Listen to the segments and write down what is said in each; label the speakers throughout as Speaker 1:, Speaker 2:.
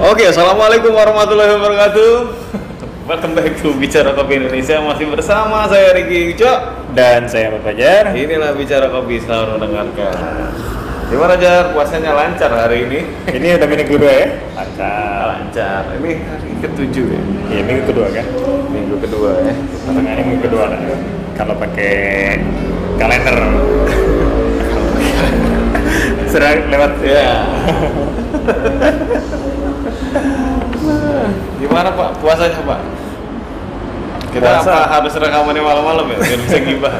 Speaker 1: Oke, assalamualaikum warahmatullahi wabarakatuh. Welcome back to Bicara Kopi Indonesia masih bersama saya Riki Ucok.
Speaker 2: Dan saya Pak Fajar.
Speaker 1: Inilah Bicara Kopi selalu mendengarkan. Gimana Jar? Puasanya lancar hari ini?
Speaker 2: Ini udah minggu kedua ya? Lancar.
Speaker 1: Lancar. Ini hari ketujuh ya.
Speaker 2: Iya minggu kedua kan?
Speaker 1: Minggu kedua
Speaker 2: Eh.
Speaker 1: ya.
Speaker 2: Pertengahannya minggu kedua lah. Kalau pakai kalender. Serang lewat
Speaker 1: Ya. Gimana Pak? Puasanya Pak? Kita
Speaker 2: Puasa.
Speaker 1: apa harus rekamannya malam-malam ya? Biar bisa gibah.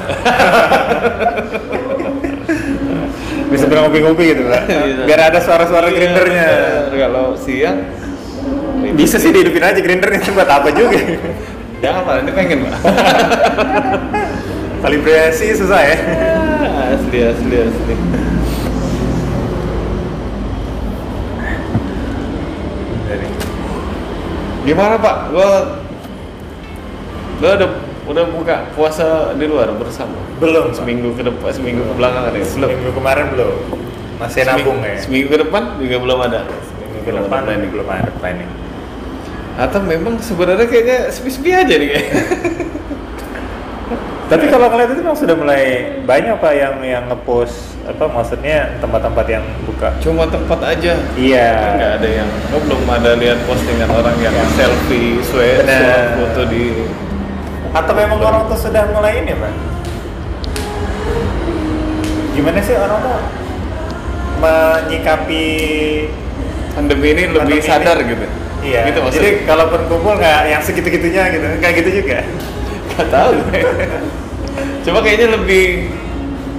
Speaker 2: bisa bilang ngopi-ngopi gitu lah.
Speaker 1: Bisa.
Speaker 2: Biar ada suara-suara grindernya.
Speaker 1: Iya, Kalau siang
Speaker 2: Bisa sih dihidupin aja grindernya buat apa juga.
Speaker 1: Jangan Ya, Pak, ini pengen Pak.
Speaker 2: Kalibrasi susah ya.
Speaker 1: asli asli asli gimana pak gua lo udah udah buka puasa di luar bersama
Speaker 2: Belum
Speaker 1: seminggu
Speaker 2: seminggu.
Speaker 1: ke depan seminggu ke belakang ada ya? belum
Speaker 2: Seminggu kemarin belum. Masih
Speaker 1: seminggu,
Speaker 2: nabung ya.
Speaker 1: seminggu ke depan juga belum ada
Speaker 2: Seminggu ke depan
Speaker 1: planning.
Speaker 2: belum ada planning.
Speaker 1: atau memang sebenarnya kayaknya sepi-sepi aja nih kayaknya
Speaker 2: Tapi kalau ngeliat itu memang sudah mulai banyak pak yang yang ngepost apa maksudnya tempat-tempat yang buka.
Speaker 1: cuma tempat aja
Speaker 2: Iya.
Speaker 1: nggak ada yang lo belum ada lihat postingan orang yang
Speaker 2: Ya.
Speaker 1: selfie sweat
Speaker 2: Bener.
Speaker 1: suap foto di
Speaker 2: Atau memang orang tuh sudah mulai ini pak? Gimana sih orang tuh menyikapi?
Speaker 1: pandemi ini lebih
Speaker 2: Pandemi ini.
Speaker 1: sadar gitu
Speaker 2: Iya.
Speaker 1: gitu maksudnya
Speaker 2: Jadi kalau berkumpul nggak yang segitu-gitunya gitu, nggak gitu juga.
Speaker 1: Gak tahu. Coba kayaknya lebih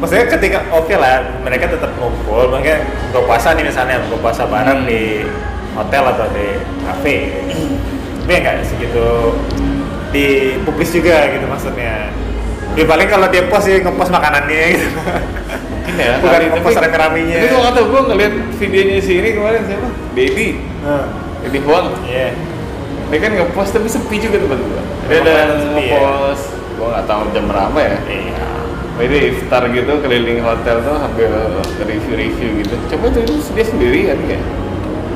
Speaker 2: Maksudnya ketika oke lah mereka tetap ngumpul, mereka buka puasa nih misalnya buka puasa bareng
Speaker 1: Hmm.
Speaker 2: di hotel atau di kafe. Tapi enggak segitu di publis juga gitu maksudnya. Di paling kalau dia post sih ngepost makanannya gitu.
Speaker 1: mungkin ya.
Speaker 2: Bukan
Speaker 1: kali,
Speaker 2: ngepost rame-ramenya.
Speaker 1: Tapi gua nggak tahu gua ngeliat videonya si ini kemarin siapa? Dedi.
Speaker 2: Nah,
Speaker 1: Dedi Huang.
Speaker 2: Iya.
Speaker 1: Dia kan ngepost tapi sepi juga tempat gua. Dia
Speaker 2: Emang
Speaker 1: ada
Speaker 2: kelihatan sepi ya?
Speaker 1: ngepost. Gua nggak tahu jam berapa ya.
Speaker 2: Iya.
Speaker 1: Jadi iftar gitu keliling hotel tuh hampir review-review gitu. Coba tuh itu dia sendirian kayak.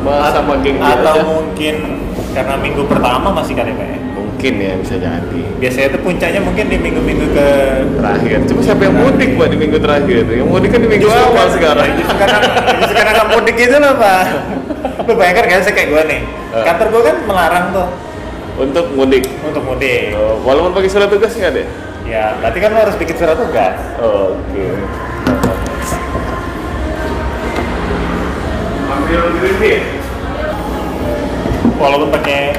Speaker 1: Mas sama geng dia
Speaker 2: Atau
Speaker 1: aja.
Speaker 2: mungkin karena minggu pertama masih kan ya Pak, ya?
Speaker 1: Mungkin ya bisa jadi.
Speaker 2: Biasanya itu puncaknya mungkin di minggu-minggu ke
Speaker 1: Terakhir. Coba siapa yang mudik buat di minggu terakhir? Yang mudik kan di minggu awal sekarang.
Speaker 2: Justru karena justru karena nggak mudik gitu loh pak. Lu bayangkan kan saya kayak gue nih.
Speaker 1: Eh.
Speaker 2: Kantor gue kan melarang tuh
Speaker 1: Untuk mudik.
Speaker 2: untuk mudik.
Speaker 1: Oh, walaupun pakai surat tugas nggak deh?
Speaker 2: Ya berarti kan lo harus bikin surat tugas.
Speaker 1: Oke. Ambil green tea.
Speaker 2: Walaupun pakai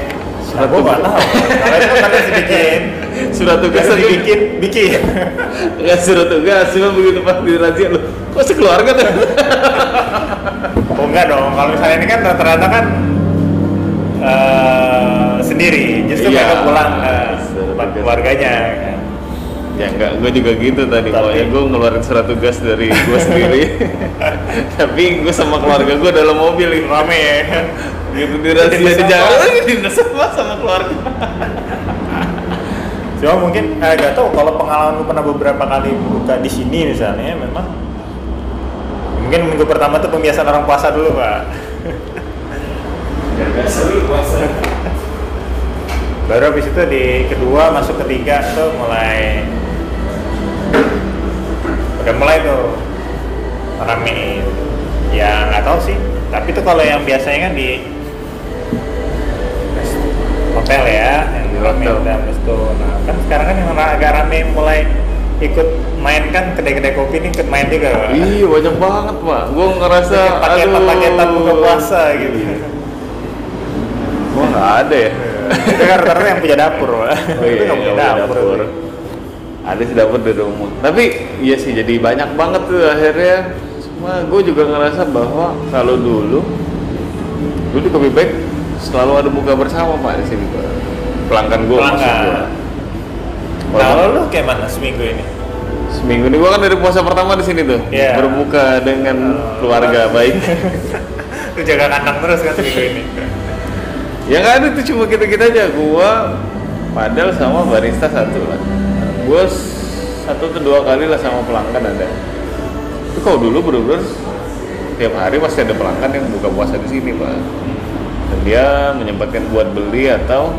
Speaker 1: Surat
Speaker 2: Gua nggak
Speaker 1: tugas.
Speaker 2: tahu. Karena itu kan harus dibikin.
Speaker 1: Surat tugas
Speaker 2: Harus
Speaker 1: tapi
Speaker 2: dibikin, bikin.
Speaker 1: nggak surat tugas, cuma begitu pas dirazia lu. Kok sekeluarga tuh?
Speaker 2: Oh enggak dong. Kalau misalnya ini kan rata-rata kan eh, sendiri. Justru
Speaker 1: Iya.
Speaker 2: mereka pulang ke
Speaker 1: Surat
Speaker 2: tempat
Speaker 1: tugas.
Speaker 2: keluarganya. kan.
Speaker 1: ya enggak, gue juga gitu tadi.
Speaker 2: Tapi-
Speaker 1: Pokoknya gue ngeluarin surat tugas dari gue sendiri. Tapi gue sama keluarga gue dalam mobil gitu.
Speaker 2: Rame ya. kan.
Speaker 1: Gitu dirazia di
Speaker 2: Dinas
Speaker 1: jalan.
Speaker 2: apa?
Speaker 1: Dinas apa sama keluarga?
Speaker 2: Cuma mungkin eh, gak tau kalau pengalaman lu pernah beberapa kali buka di sini misalnya memang mungkin minggu pertama tuh pembiasaan orang puasa dulu pak
Speaker 1: Gak seru puasa.
Speaker 2: baru habis itu di kedua masuk ketiga tuh mulai udah mulai tuh rame ya nggak tahu sih tapi tuh kalau yang biasanya kan di hotel ya yang
Speaker 1: Di
Speaker 2: rame
Speaker 1: hotel.
Speaker 2: udah resto nah kan sekarang kan yang ra- agak rame mulai ikut main kan kedai-kedai kopi ini ikut main juga Pak.
Speaker 1: Iya banyak banget pak. Gue ngerasa
Speaker 2: Bikin paketan-paketan buka puasa gitu
Speaker 1: Gue nggak ada ya.
Speaker 2: itu kan rata yang punya dapur Pak. itu nggak punya
Speaker 1: nggak
Speaker 2: dapur, tuh.
Speaker 1: Ada sih dapur dari rumah. Tapi iya sih jadi banyak banget tuh akhirnya. Cuma gue juga ngerasa bahwa kalau dulu, dulu lebih baik selalu ada buka bersama pak di sini pak. Pelanggan gue maksud
Speaker 2: Pelanggan.
Speaker 1: gue.
Speaker 2: Kalau lu kayak mana seminggu ini?
Speaker 1: Seminggu ini gue kan dari puasa pertama di sini tuh
Speaker 2: Iya.
Speaker 1: berbuka dengan
Speaker 2: Oh.
Speaker 1: keluarga baik.
Speaker 2: Lu jaga kandang terus kan seminggu ini.
Speaker 1: Ya nggak ada tuh cuma kita kita aja. Gua padel sama barista satu lah. Gua s- satu atau dua kali lah sama pelanggan ada. Tapi kalau dulu bener-bener tiap hari pasti ada pelanggan yang buka puasa di sini pak. dan dia menyempatkan buat beli atau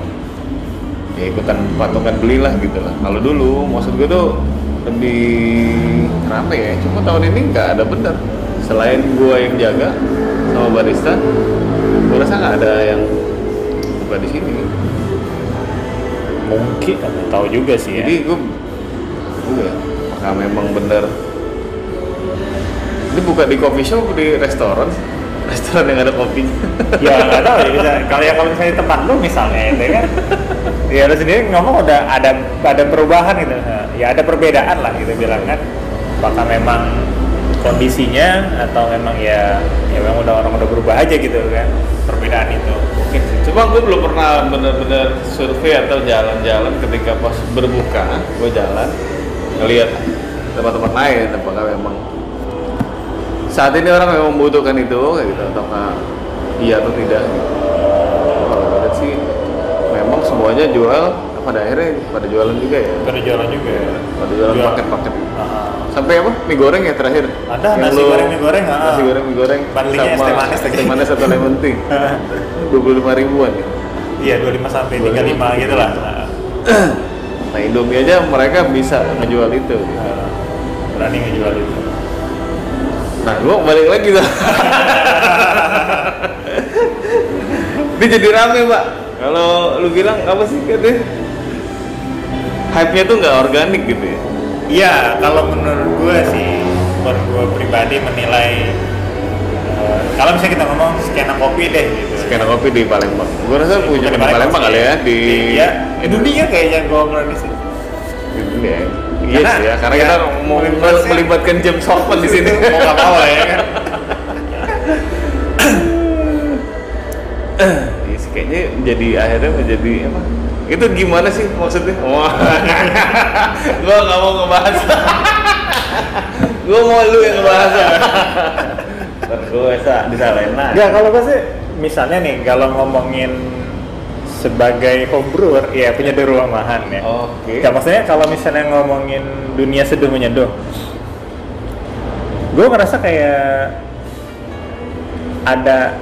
Speaker 1: ya ikutan patokan belilah gitu lah kalau dulu maksud gue tuh lebih rame ya cuma tahun ini nggak ada bener selain gue yang jaga sama barista gue rasa nggak ada yang buka di sini
Speaker 3: mungkin nggak tahu juga sih ya
Speaker 1: jadi gue gue ya, apakah memang bener ini buka di coffee shop apa di restoran restoran yang ada kopinya
Speaker 2: ya nggak tahu ya bisa kalau ya kalau misalnya di tempat lu misalnya itu kan ya lu sendiri ngomong udah ada ada perubahan gitu ya ada perbedaan lah gitu bilang kan apakah memang kondisinya atau memang ya ya memang udah orang udah berubah aja gitu kan perbedaan itu mungkin sih
Speaker 1: Cuma gue belum pernah bener-bener survei atau jalan-jalan ketika pas berbuka, gue jalan ngelihat tempat-tempat lain apakah memang saat ini orang memang membutuhkan itu kayak gitu ataukah iya atau tidak. Kalau gue lihat sih memang semuanya jual pada akhirnya pada jualan juga ya.
Speaker 2: pada jualan juga
Speaker 1: Pada jualan
Speaker 2: Iya.
Speaker 1: paket-paket.
Speaker 2: Ah.
Speaker 1: Sampai apa? Mie goreng ya terakhir.
Speaker 2: Ada,
Speaker 1: Yang
Speaker 2: nasi goreng, mie goreng, ah.
Speaker 1: Nasi goreng mie goreng.
Speaker 2: Bundlingnya es teh manis lagi.
Speaker 1: es teh manis atau lemon tea. 25 ribuan ya.
Speaker 2: iya 25 sampai 35 gitu lah Nah,
Speaker 1: Nah Indomie aja mereka bisa ngejual itu.
Speaker 2: eh, berani ngejual itu
Speaker 1: Nah gua balik lagi tuh. Ini jadi rame pak. Kalau lu bilang apa sih katanya? Hype-nya tuh nggak organik gitu ya.
Speaker 2: Iya, kalau menurut gue sih, menurut gue pribadi menilai eh, kalau misalnya kita ngomong skena kopi deh gitu.
Speaker 1: Skena kopi di Palembang. Gua rasa
Speaker 2: Bukan
Speaker 1: punya di Palembang kali ya di
Speaker 2: Iya, eh, dunia kayaknya gue ngeliat sih.
Speaker 1: Di dunia ya. Iya
Speaker 2: Karena-
Speaker 1: sih ya, karena
Speaker 2: ya,
Speaker 1: kita mau
Speaker 2: melibatkan-
Speaker 1: melibatkan James Hoffman di sini.
Speaker 2: Mau nggak mau lah ya kan.
Speaker 1: Iya sih, kayaknya jadi akhirnya menjadi apa? Itu gimana sih maksudnya? Wah, gua nggak mau ngebahas. gua mau lu yang ngebahas. Ntar gua ah. bisa disalahin lah.
Speaker 2: Enggak, kalau gue sih misalnya nih kalau ngomongin sebagai homebrewer ya punya di rumahan ya.
Speaker 1: Oke.
Speaker 2: Nggak, maksudnya kalau misalnya ngomongin dunia seduh menyeduh, gue ngerasa kayak ada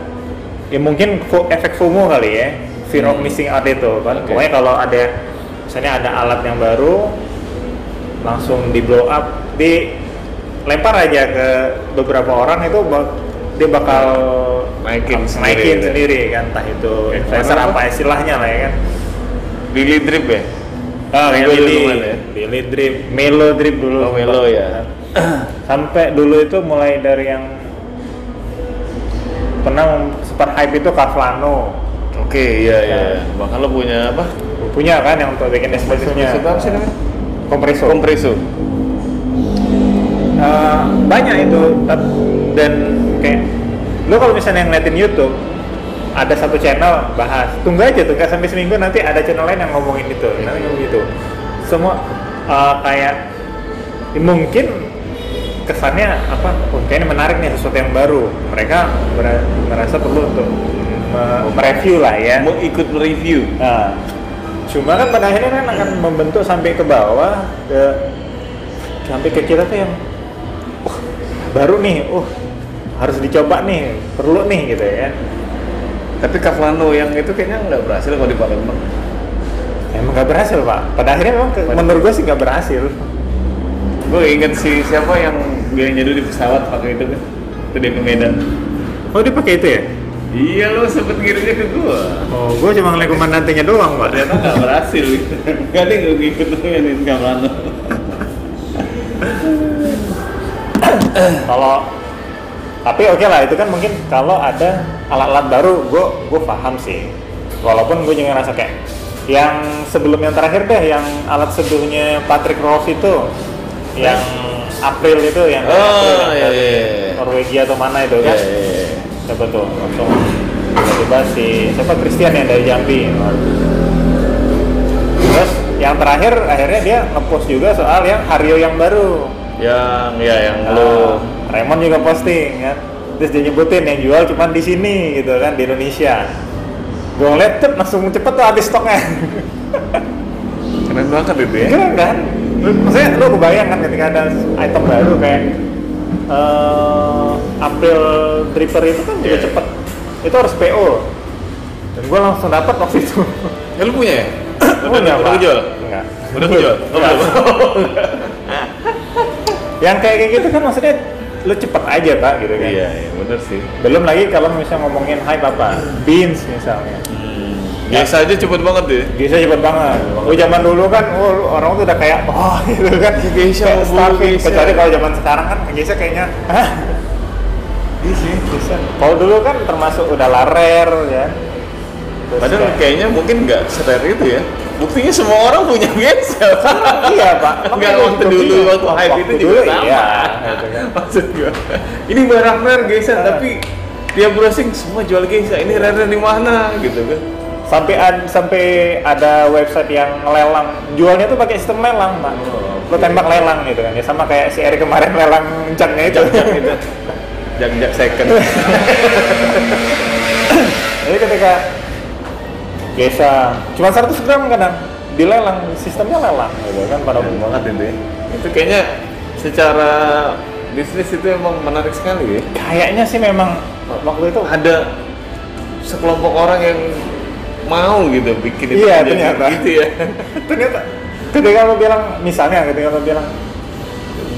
Speaker 2: ya mungkin fo- efek FOMO kali ya, fear of missing out itu kan.
Speaker 1: Hmm. Oke.
Speaker 2: Pokoknya kalau ada misalnya ada alat yang baru langsung di blow up, dilempar aja ke beberapa orang itu bak- dia bakal
Speaker 1: Naikin sendiri,
Speaker 2: naikin sendiri,
Speaker 1: ya.
Speaker 2: kan, entah itu
Speaker 1: Oke,
Speaker 2: influencer
Speaker 1: kemana
Speaker 2: apa istilahnya lah ya kan.
Speaker 1: Billy Drip ya?
Speaker 2: Ah,
Speaker 1: Nah,
Speaker 2: kayak
Speaker 1: gua dulu
Speaker 2: Billy,
Speaker 1: kemana ya?
Speaker 2: Billy Drip, Melo Drip dulu.
Speaker 1: Oh, Melo ya.
Speaker 2: Sampai dulu itu mulai dari yang pernah super hype itu Carvano.
Speaker 1: Oke, iya iya. Bahkan lu punya apa?
Speaker 2: Punya kan yang untuk bikin espressonya.
Speaker 1: Maksud apa sih namanya?
Speaker 2: Kompreso.
Speaker 1: Kompreso.
Speaker 2: Eh, banyak itu tet- dan kayak lo kalau misalnya ngeliatin YouTube ada satu channel bahas tunggu aja tuh nggak sampai seminggu nanti ada channel lain yang ngomongin itu nanti ngomong gitu semua eh, kayak ya mungkin kesannya apa oh, kayaknya menarik nih sesuatu yang baru mereka mer- merasa perlu untuk me- mereview lah ya
Speaker 1: Mau ikut review.
Speaker 2: Nah, cuma kan pada akhirnya kan akan membentuk sampai ke bawah ke sampai ke kita tuh yang "Wah, baru nih, uh harus dicoba nih, perlu nih gitu ya.
Speaker 1: Tapi Kavlano yang itu kayaknya nggak berhasil kalau di Palembang.
Speaker 2: Emang nggak berhasil pak. Pada akhirnya memang ke- menurut gue sih nggak berhasil.
Speaker 1: Gue inget si siapa yang dia nyeduh di pesawat pakai itu kan? Itu dia ke Medan.
Speaker 2: Oh dia pakai itu ya?
Speaker 1: Iya lo sempet ngirimnya ke gua.
Speaker 2: Oh gue cuma ngeliat komandannya doang pak.
Speaker 1: Ternyata nggak berhasil. Gak ada yang ngikut tuh yang di Kamano.
Speaker 2: kalau tapi oke lah itu kan mungkin kalau ada alat-alat baru gue gue paham sih walaupun gue juga ngerasa kayak yang sebelum yang terakhir deh yang alat seduhnya Patrick Roth itu yang April itu yang
Speaker 1: Iya. Oh,
Speaker 2: April yang
Speaker 1: iya,
Speaker 2: dari
Speaker 1: iya, iya.
Speaker 2: Norwegia atau mana itu
Speaker 1: Ya,
Speaker 2: kan coba tuh langsung tiba-tiba si siapa Christian yang dari Jambi terus yang terakhir akhirnya dia ngepost juga soal yang Hario yang baru
Speaker 1: Yang ya yang
Speaker 2: lo
Speaker 1: lo
Speaker 2: Raymond juga posting kan terus dia nyebutin yang jual cuman di sini gitu kan di Indonesia gue ngeliat cepet langsung cepet tuh habis stoknya
Speaker 1: keren banget itu ya.
Speaker 2: keren kan Lu- maksudnya lo kebayang kan ketika ada item baru kayak eh April Dripper itu kan juga
Speaker 1: Iya.
Speaker 2: cepet itu harus PO dan gue langsung dapat waktu itu
Speaker 1: Ya lu punya ya?
Speaker 2: Oh, enggak,
Speaker 1: udah
Speaker 2: Pak.
Speaker 1: kejual?
Speaker 2: enggak
Speaker 1: Udah kejual? Oh, belum.
Speaker 2: yang kayak kayak gitu kan maksudnya lu cepet aja pak gitu kan
Speaker 1: Iya, iya bener sih.
Speaker 2: belum lagi kalau misalnya ngomongin hype apa beans misalnya
Speaker 1: Hmm. Biasa aja cepet banget deh.
Speaker 2: Geisha cepet banget. Oh zaman dulu kan, oh, lu- orang tuh udah kayak oh gitu kan.
Speaker 1: Geisha, mau
Speaker 2: kayak starving.
Speaker 1: Geisha.
Speaker 2: Kecuali kalau zaman sekarang kan Geisha kayaknya. Hah? Iya sih, Geisha. Kalau dulu kan termasuk udah larer ya. Terus
Speaker 1: Padahal
Speaker 2: kayak-
Speaker 1: kayaknya mungkin nggak serer itu ya. Buktinya semua orang punya biasa.
Speaker 2: iya pak.
Speaker 1: Enggak
Speaker 2: Makanya
Speaker 1: waktu
Speaker 2: gitu
Speaker 1: dulu
Speaker 2: juga.
Speaker 1: waktu hype itu juga
Speaker 2: dulu,
Speaker 1: sama.
Speaker 2: Iya, gitu kan.
Speaker 1: Maksud gua. Ini barang rare geser tapi dia browsing semua jual geser. Ini rare di mana gitu kan.
Speaker 2: Sampai ad- sampai ada website yang lelang jualnya tuh pakai sistem lelang pak.
Speaker 1: Oh,
Speaker 2: Lo tembak lelang gitu kan ya sama kayak si Eri kemarin lelang jangnya itu.
Speaker 1: Jak-jak gitu. Jak-jak second.
Speaker 2: Jadi ketika biasa cuma 100 gram kadang dilelang sistemnya lelang gitu kan pada
Speaker 1: Keren
Speaker 2: umumnya
Speaker 1: banget itu ya. Itu kayaknya secara bisnis itu emang menarik sekali ya.
Speaker 2: kayaknya sih memang waktu itu
Speaker 1: Ada sekelompok orang yang mau gitu bikin itu
Speaker 2: Iya,
Speaker 1: menjadi
Speaker 2: ternyata.
Speaker 1: gitu ya.
Speaker 2: ternyata ketika lo bilang misalnya ketika lo bilang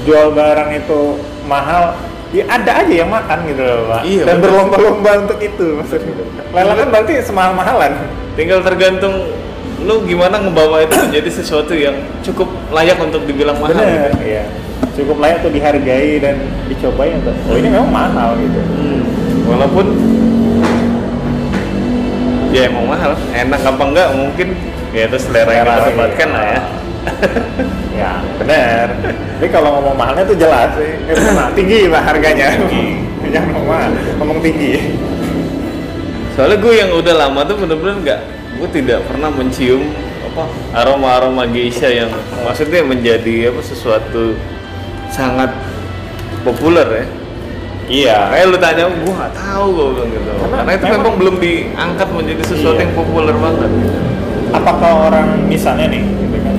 Speaker 2: jual barang itu mahal ya ada aja yang makan gitu loh pak
Speaker 1: Iya,
Speaker 2: dan
Speaker 1: betul.
Speaker 2: berlomba-lomba untuk itu maksudnya lelang kan berarti semahal-mahalan
Speaker 1: Tinggal tergantung lu gimana ngebawa itu menjadi sesuatu yang cukup layak untuk dibilang mahal.
Speaker 2: bener
Speaker 1: gitu.
Speaker 2: iya cukup layak tuh dihargai dan dicobain tuh oh ini memang mahal gitu
Speaker 1: Hmm, walaupun ya emang mahal, enak apa enggak mungkin ya itu selera yang
Speaker 2: Selera,
Speaker 1: kita tempatkan
Speaker 2: iya.
Speaker 1: lah ya.
Speaker 2: Ya, benar. Tapi kalau ngomong mahalnya tuh jelas sih. Eh, bukan mahal, tinggi lah harganya. Jangan ngomong mahal, ngomong tinggi.
Speaker 1: Soalnya gue yang udah lama tuh bener-bener nggak, gue tidak pernah mencium apa aroma-aroma geisha yang maksudnya menjadi apa sesuatu sangat populer ya.
Speaker 2: Iya.
Speaker 1: Kayak lu tanya, gue nggak tahu gue bilang gitu. Karena,
Speaker 2: Karena
Speaker 1: itu
Speaker 2: memang-
Speaker 1: memang belum diangkat menjadi sesuatu
Speaker 2: Iya.
Speaker 1: yang populer banget.
Speaker 2: Apakah orang misalnya nih, gitu kan?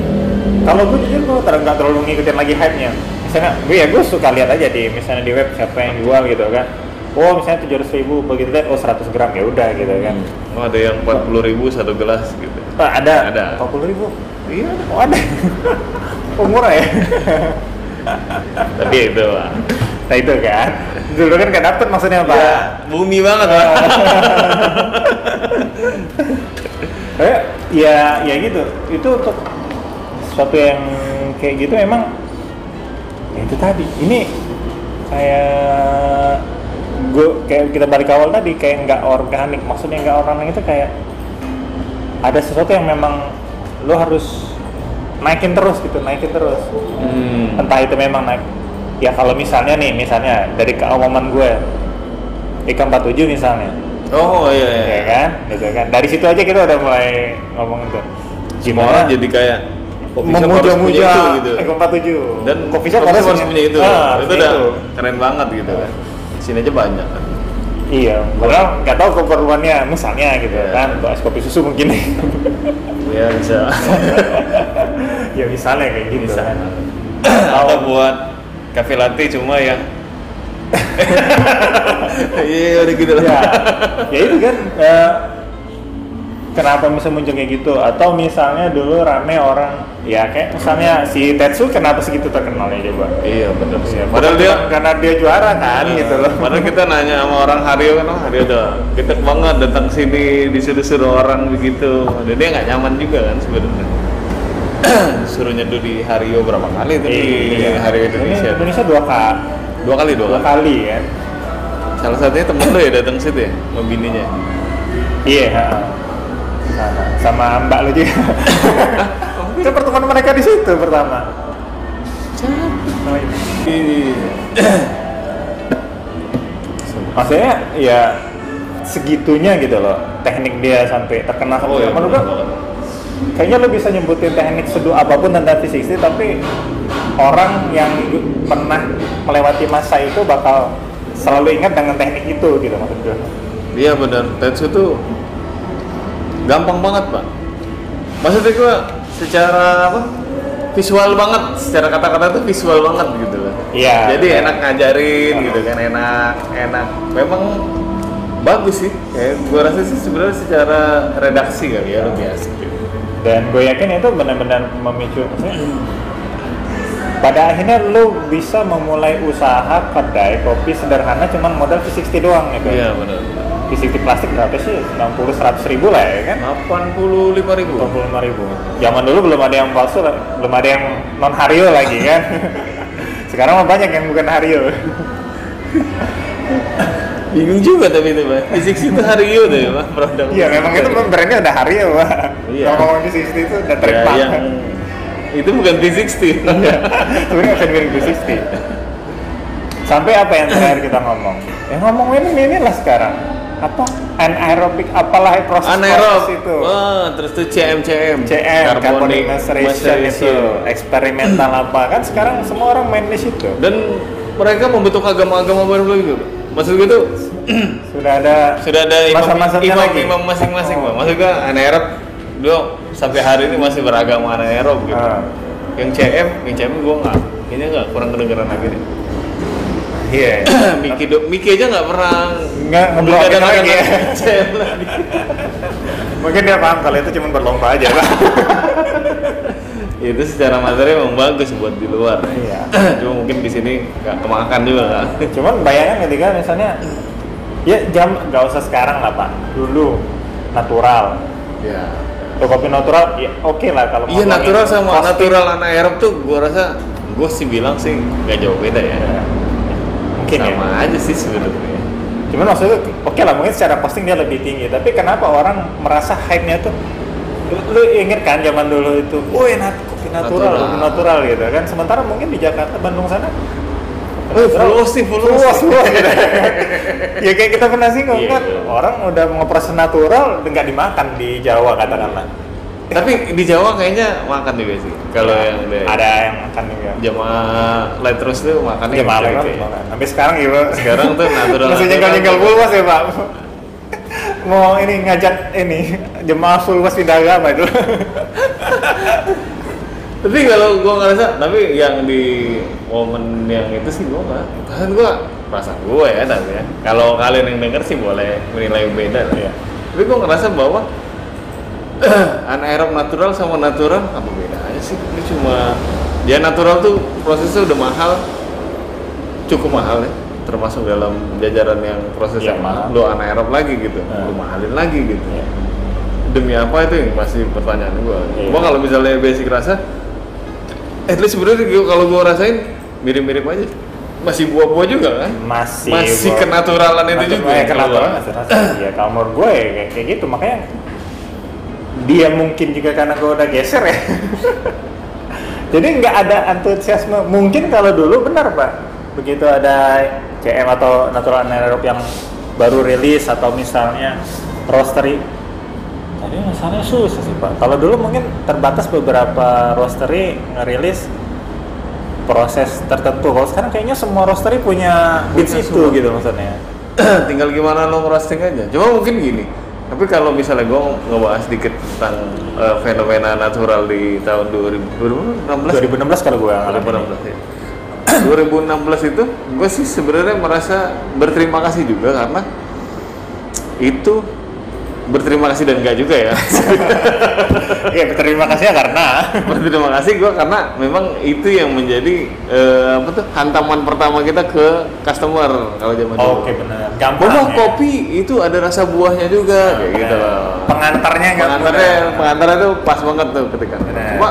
Speaker 2: Kalau gue jujur gue ter- nggak terlalu ngikutin lagi hype-nya. Misalnya, gue ya gue suka lihat aja di misalnya di web siapa yang jual gitu kan. Oh misalnya tujuh ratus ribu begitu lihat oh 100 gram ya udah gitu kan.
Speaker 1: Oh, ada yang 40.000 ribu satu gelas gitu.
Speaker 2: Pak, ada
Speaker 1: Ada.
Speaker 2: 40 ribu.
Speaker 1: Iya,
Speaker 2: Oh ada. oh murah ya.
Speaker 1: tapi ya itu lah.
Speaker 2: nah itu kan. Iya. Dulu kan nggak dapet maksudnya pak.
Speaker 1: Ya, bumi banget lah.
Speaker 2: Eh, ya ya gitu. Itu untuk sesuatu yang kayak gitu emang ya itu tadi. Ini kayak gue kayak kita balik awal tadi kayak nggak organik. Maksudnya nggak organik itu kayak ada sesuatu yang memang lo harus naikin terus gitu, naikin terus.
Speaker 1: Hmm.
Speaker 2: Entah itu memang naik. Ya kalau misalnya nih, misalnya dari keawaman gue ikan 47 misalnya
Speaker 1: Oh iya, iya.
Speaker 2: ya kan gitu kan dari situ aja kita udah mulai ngomong tuh
Speaker 1: Semua orang jadi kayak kok bisa harus punya
Speaker 2: memuja-muja
Speaker 1: itu
Speaker 2: Eh,
Speaker 1: gitu.
Speaker 2: empat tujuh
Speaker 1: Dan
Speaker 2: kopi shop
Speaker 1: harus,
Speaker 2: harus
Speaker 1: harus punya itu.
Speaker 2: Ah,
Speaker 1: itu
Speaker 2: harus
Speaker 1: udah
Speaker 2: itu.
Speaker 1: keren banget gitu kan. Sini aja banyak kan.
Speaker 2: iya padahal nggak tahu keperluannya misalnya gitu
Speaker 1: Iya.
Speaker 2: kan untuk es kopi susu mungkin
Speaker 1: Ya bisa.
Speaker 2: ya misalnya kayak gitu
Speaker 1: Bisa.
Speaker 2: kan
Speaker 1: Atau buat cafe latte cuma ya. yang Iya udah gitu lah.
Speaker 2: ya ya itu kan eh, kenapa bisa muncul kayak gitu atau misalnya dulu rame orang ya kayak misalnya si Tetsu kenapa segitu terkenalnya coba
Speaker 1: Iya benar sih.
Speaker 2: Ya,
Speaker 1: Padahal dia Iya,
Speaker 2: karena dia juara kan gitu loh
Speaker 1: Padahal kita nanya sama orang Hario kan, oh Hario udah getek banget datang sini disuruh-suruh orang begitu. Dan dia nggak nyaman juga kan sebenarnya. Suruh nyeduh di Hario berapa kali itu di Hario Indonesia?
Speaker 2: Iya. Ini Indonesia dua kali,
Speaker 1: Dua kali dua
Speaker 2: dua
Speaker 1: kali.
Speaker 2: kali kan.
Speaker 1: Salah satunya temen lu ya datang situ ya, sama bininya.
Speaker 2: Iya. ha. Sama, sama Mbak lu juga. Itu pertemuan mereka di situ pertama. Oh, iya. Maksudnya ya segitunya gitu loh teknik dia sampai terkenal
Speaker 1: Oh,
Speaker 2: oh,
Speaker 1: iya,
Speaker 2: menurut gua,
Speaker 1: bener banget.
Speaker 2: kayaknya lo bisa nyebutin teknik seduh apapun tentang V60 tapi orang yang pernah melewati masa itu bakal selalu ingat dengan teknik itu gitu maksud gue
Speaker 1: Iya benar, Tetsu tuh gampang banget pak. Maksudnya gua secara apa? Visual banget, secara kata-kata tuh visual banget gitu loh.
Speaker 2: Iya.
Speaker 1: Jadi enak ngajarin
Speaker 2: Iya.
Speaker 1: gitu kan, enak, enak. Memang bagus sih kayak gue rasa sih sebenarnya secara redaksi kali ya lebih asik gitu.
Speaker 2: dan gue yakin itu benar-benar memicu maksudnya, pada akhirnya lu bisa memulai usaha kedai kopi sederhana cuman modal V60 doang gitu
Speaker 1: iya benar
Speaker 2: V60 plastik berapa sih? 90 100 ribu lah ya kan?
Speaker 1: delapan puluh lima ribu
Speaker 2: 25 ribu zaman dulu belum ada yang palsu lah, belum ada yang non hario lagi kan sekarang mah banyak yang bukan hario
Speaker 1: bingung juga tapi itu pak fisik itu hari itu ya pak produk
Speaker 2: iya memang itu memang brandnya udah hario pak
Speaker 1: Iya.
Speaker 2: ngomong di sisi itu udah
Speaker 1: Ya,
Speaker 2: trademark
Speaker 1: yang itu bukan V60
Speaker 2: sebenarnya bisa dibilang 360 sampai apa yang terakhir kita ngomong ya ngomongin ini inilah sekarang apa anaerobic apalah proses,
Speaker 1: anaerob
Speaker 2: itu
Speaker 1: oh, Ah, terus tuh CM CM
Speaker 2: CM, carbonic maceration itu eksperimental apa kan sekarang semua orang main di situ
Speaker 1: dan mereka membentuk agama-agama baru lagi Pak. maksud gue tuh
Speaker 2: sudah ada
Speaker 1: sudah ada imam
Speaker 2: masa-masanya
Speaker 1: imam,
Speaker 2: lagi.
Speaker 1: imam masing-masing
Speaker 2: Oh.
Speaker 1: Pak. maksud gue anaerob dulu sampai hari ini masih beragama anaerob gitu
Speaker 2: Ah.
Speaker 1: yang CM yang CM gue nggak ini nggak kurang kedengeran lagi deh
Speaker 2: iya
Speaker 1: Miki, do, Miki aja nggak pernah
Speaker 2: nggak ngeblokin
Speaker 1: ada
Speaker 2: lagi ya
Speaker 1: CM lagi
Speaker 2: mungkin dia paham kalau itu cuma berlomba aja pak
Speaker 1: itu secara materi memang bagus buat di luar
Speaker 2: Iya.
Speaker 1: cuma mungkin di sini nggak kemakan juga kan
Speaker 2: cuman bayangkan ketika misalnya ya jam nggak usah sekarang lah pak dulu natural
Speaker 1: ya
Speaker 2: Iya. Tuh kopi natural ya oke lah kalau
Speaker 1: iya
Speaker 2: ngomongin
Speaker 1: natural sama
Speaker 2: pasti.
Speaker 1: natural anaerob tuh gua rasa gua sih bilang sih nggak jauh beda ya
Speaker 2: Ya. mungkin
Speaker 1: sama
Speaker 2: ya
Speaker 1: aja sih sebenarnya
Speaker 2: cuman maksudnya oke lah mungkin secara posting dia lebih tinggi tapi kenapa orang merasa hype nya tuh lu- lu inget kan zaman dulu itu woi nat kopi
Speaker 1: Natural.
Speaker 2: natural kopi natural gitu kan sementara mungkin di Jakarta Bandung sana
Speaker 1: Eh, fluos sih, fluos.
Speaker 2: Fluos, fluos, gitu. ya kayak kita pernah singgung
Speaker 1: Iya,
Speaker 2: kan
Speaker 1: iya.
Speaker 2: orang udah ngeproses natural nggak dimakan di Jawa katakanlah
Speaker 1: tapi di Jawa kayaknya makan juga sih kalau yang dari
Speaker 2: Iya. ada yang makan juga
Speaker 1: jamaah Lightroom tuh makannya
Speaker 2: Ya malam
Speaker 1: gitu
Speaker 2: kan,
Speaker 1: ya.
Speaker 2: malam. Sampai sekarang gitu.
Speaker 1: Sekarang tuh natural-
Speaker 2: Masih nyekel-nyekel Bulwas ya, Pak. Mau ini ngajak ini jemaah Bulwas pindah agama itu.
Speaker 1: tapi kalau gua ngerasa tapi yang di momen yang itu sih gua nggak kan gua perasaan gua ya tapi ya kalau kalian yang denger sih boleh menilai beda lah ya tapi gua ngerasa bahwa anaerob natural sama natural apa bedanya sih ini cuma dia natural tuh prosesnya udah mahal cukup mahal ya termasuk dalam jajaran yang proses
Speaker 2: Iya,
Speaker 1: yang
Speaker 2: mahal.
Speaker 1: mahal lo anaerob lagi gitu
Speaker 2: Nah.
Speaker 1: lu mahalin lagi gitu
Speaker 2: Iya.
Speaker 1: demi apa itu yang pasti pertanyaan gua
Speaker 2: Iya.
Speaker 1: gua kalau misalnya basic rasa at least sebenarnya gua- kalau gua rasain mirip-mirip aja masih buah-buah juga kan
Speaker 2: Masih
Speaker 1: Masih
Speaker 2: Bro.
Speaker 1: kenaturalan itu
Speaker 2: Masih-
Speaker 1: juga
Speaker 2: Ya,
Speaker 1: yang
Speaker 2: kenaturalan
Speaker 1: keluar.
Speaker 2: masih rasa. Ya kalau menurut gue ya, kayak, kayak gitu makanya dia mungkin juga karena gue udah geser ya. Jadi nggak ada antusiasme. Mungkin kalau dulu benar pak, begitu ada CM atau natural anaerob yang baru rilis atau misalnya roastery. Tadi misalnya susah sih pak. Kalau dulu mungkin terbatas beberapa roastery ngerilis proses tertentu. Kalau sekarang kayaknya semua roastery punya bits
Speaker 1: Punya
Speaker 2: itu
Speaker 1: semua.
Speaker 2: gitu maksudnya.
Speaker 1: tinggal gimana lo ngerosting aja cuma mungkin gini tapi kalau misalnya gue ngebahas dikit tentang eh, fenomena natural di tahun 2016
Speaker 2: 2016 kalau gue
Speaker 1: 2016 ya. 2016 itu gue sih sebenarnya merasa berterima kasih juga karena itu berterima kasih dan enggak juga ya
Speaker 2: Iya terima kasih ya karena
Speaker 1: berterima kasih gue karena memang itu yang menjadi eh, apa tuh hantaman pertama kita ke customer kalau zaman dulu.
Speaker 2: oke benar gampang
Speaker 1: Bahwa
Speaker 2: ya.
Speaker 1: kopi itu ada rasa buahnya juga kayak gitu loh.
Speaker 2: pengantarnya nggak
Speaker 1: Pengantarnya, ya.
Speaker 2: benar.
Speaker 1: pengantarnya tuh pas banget tuh ketika.
Speaker 2: Bener.
Speaker 1: Cuma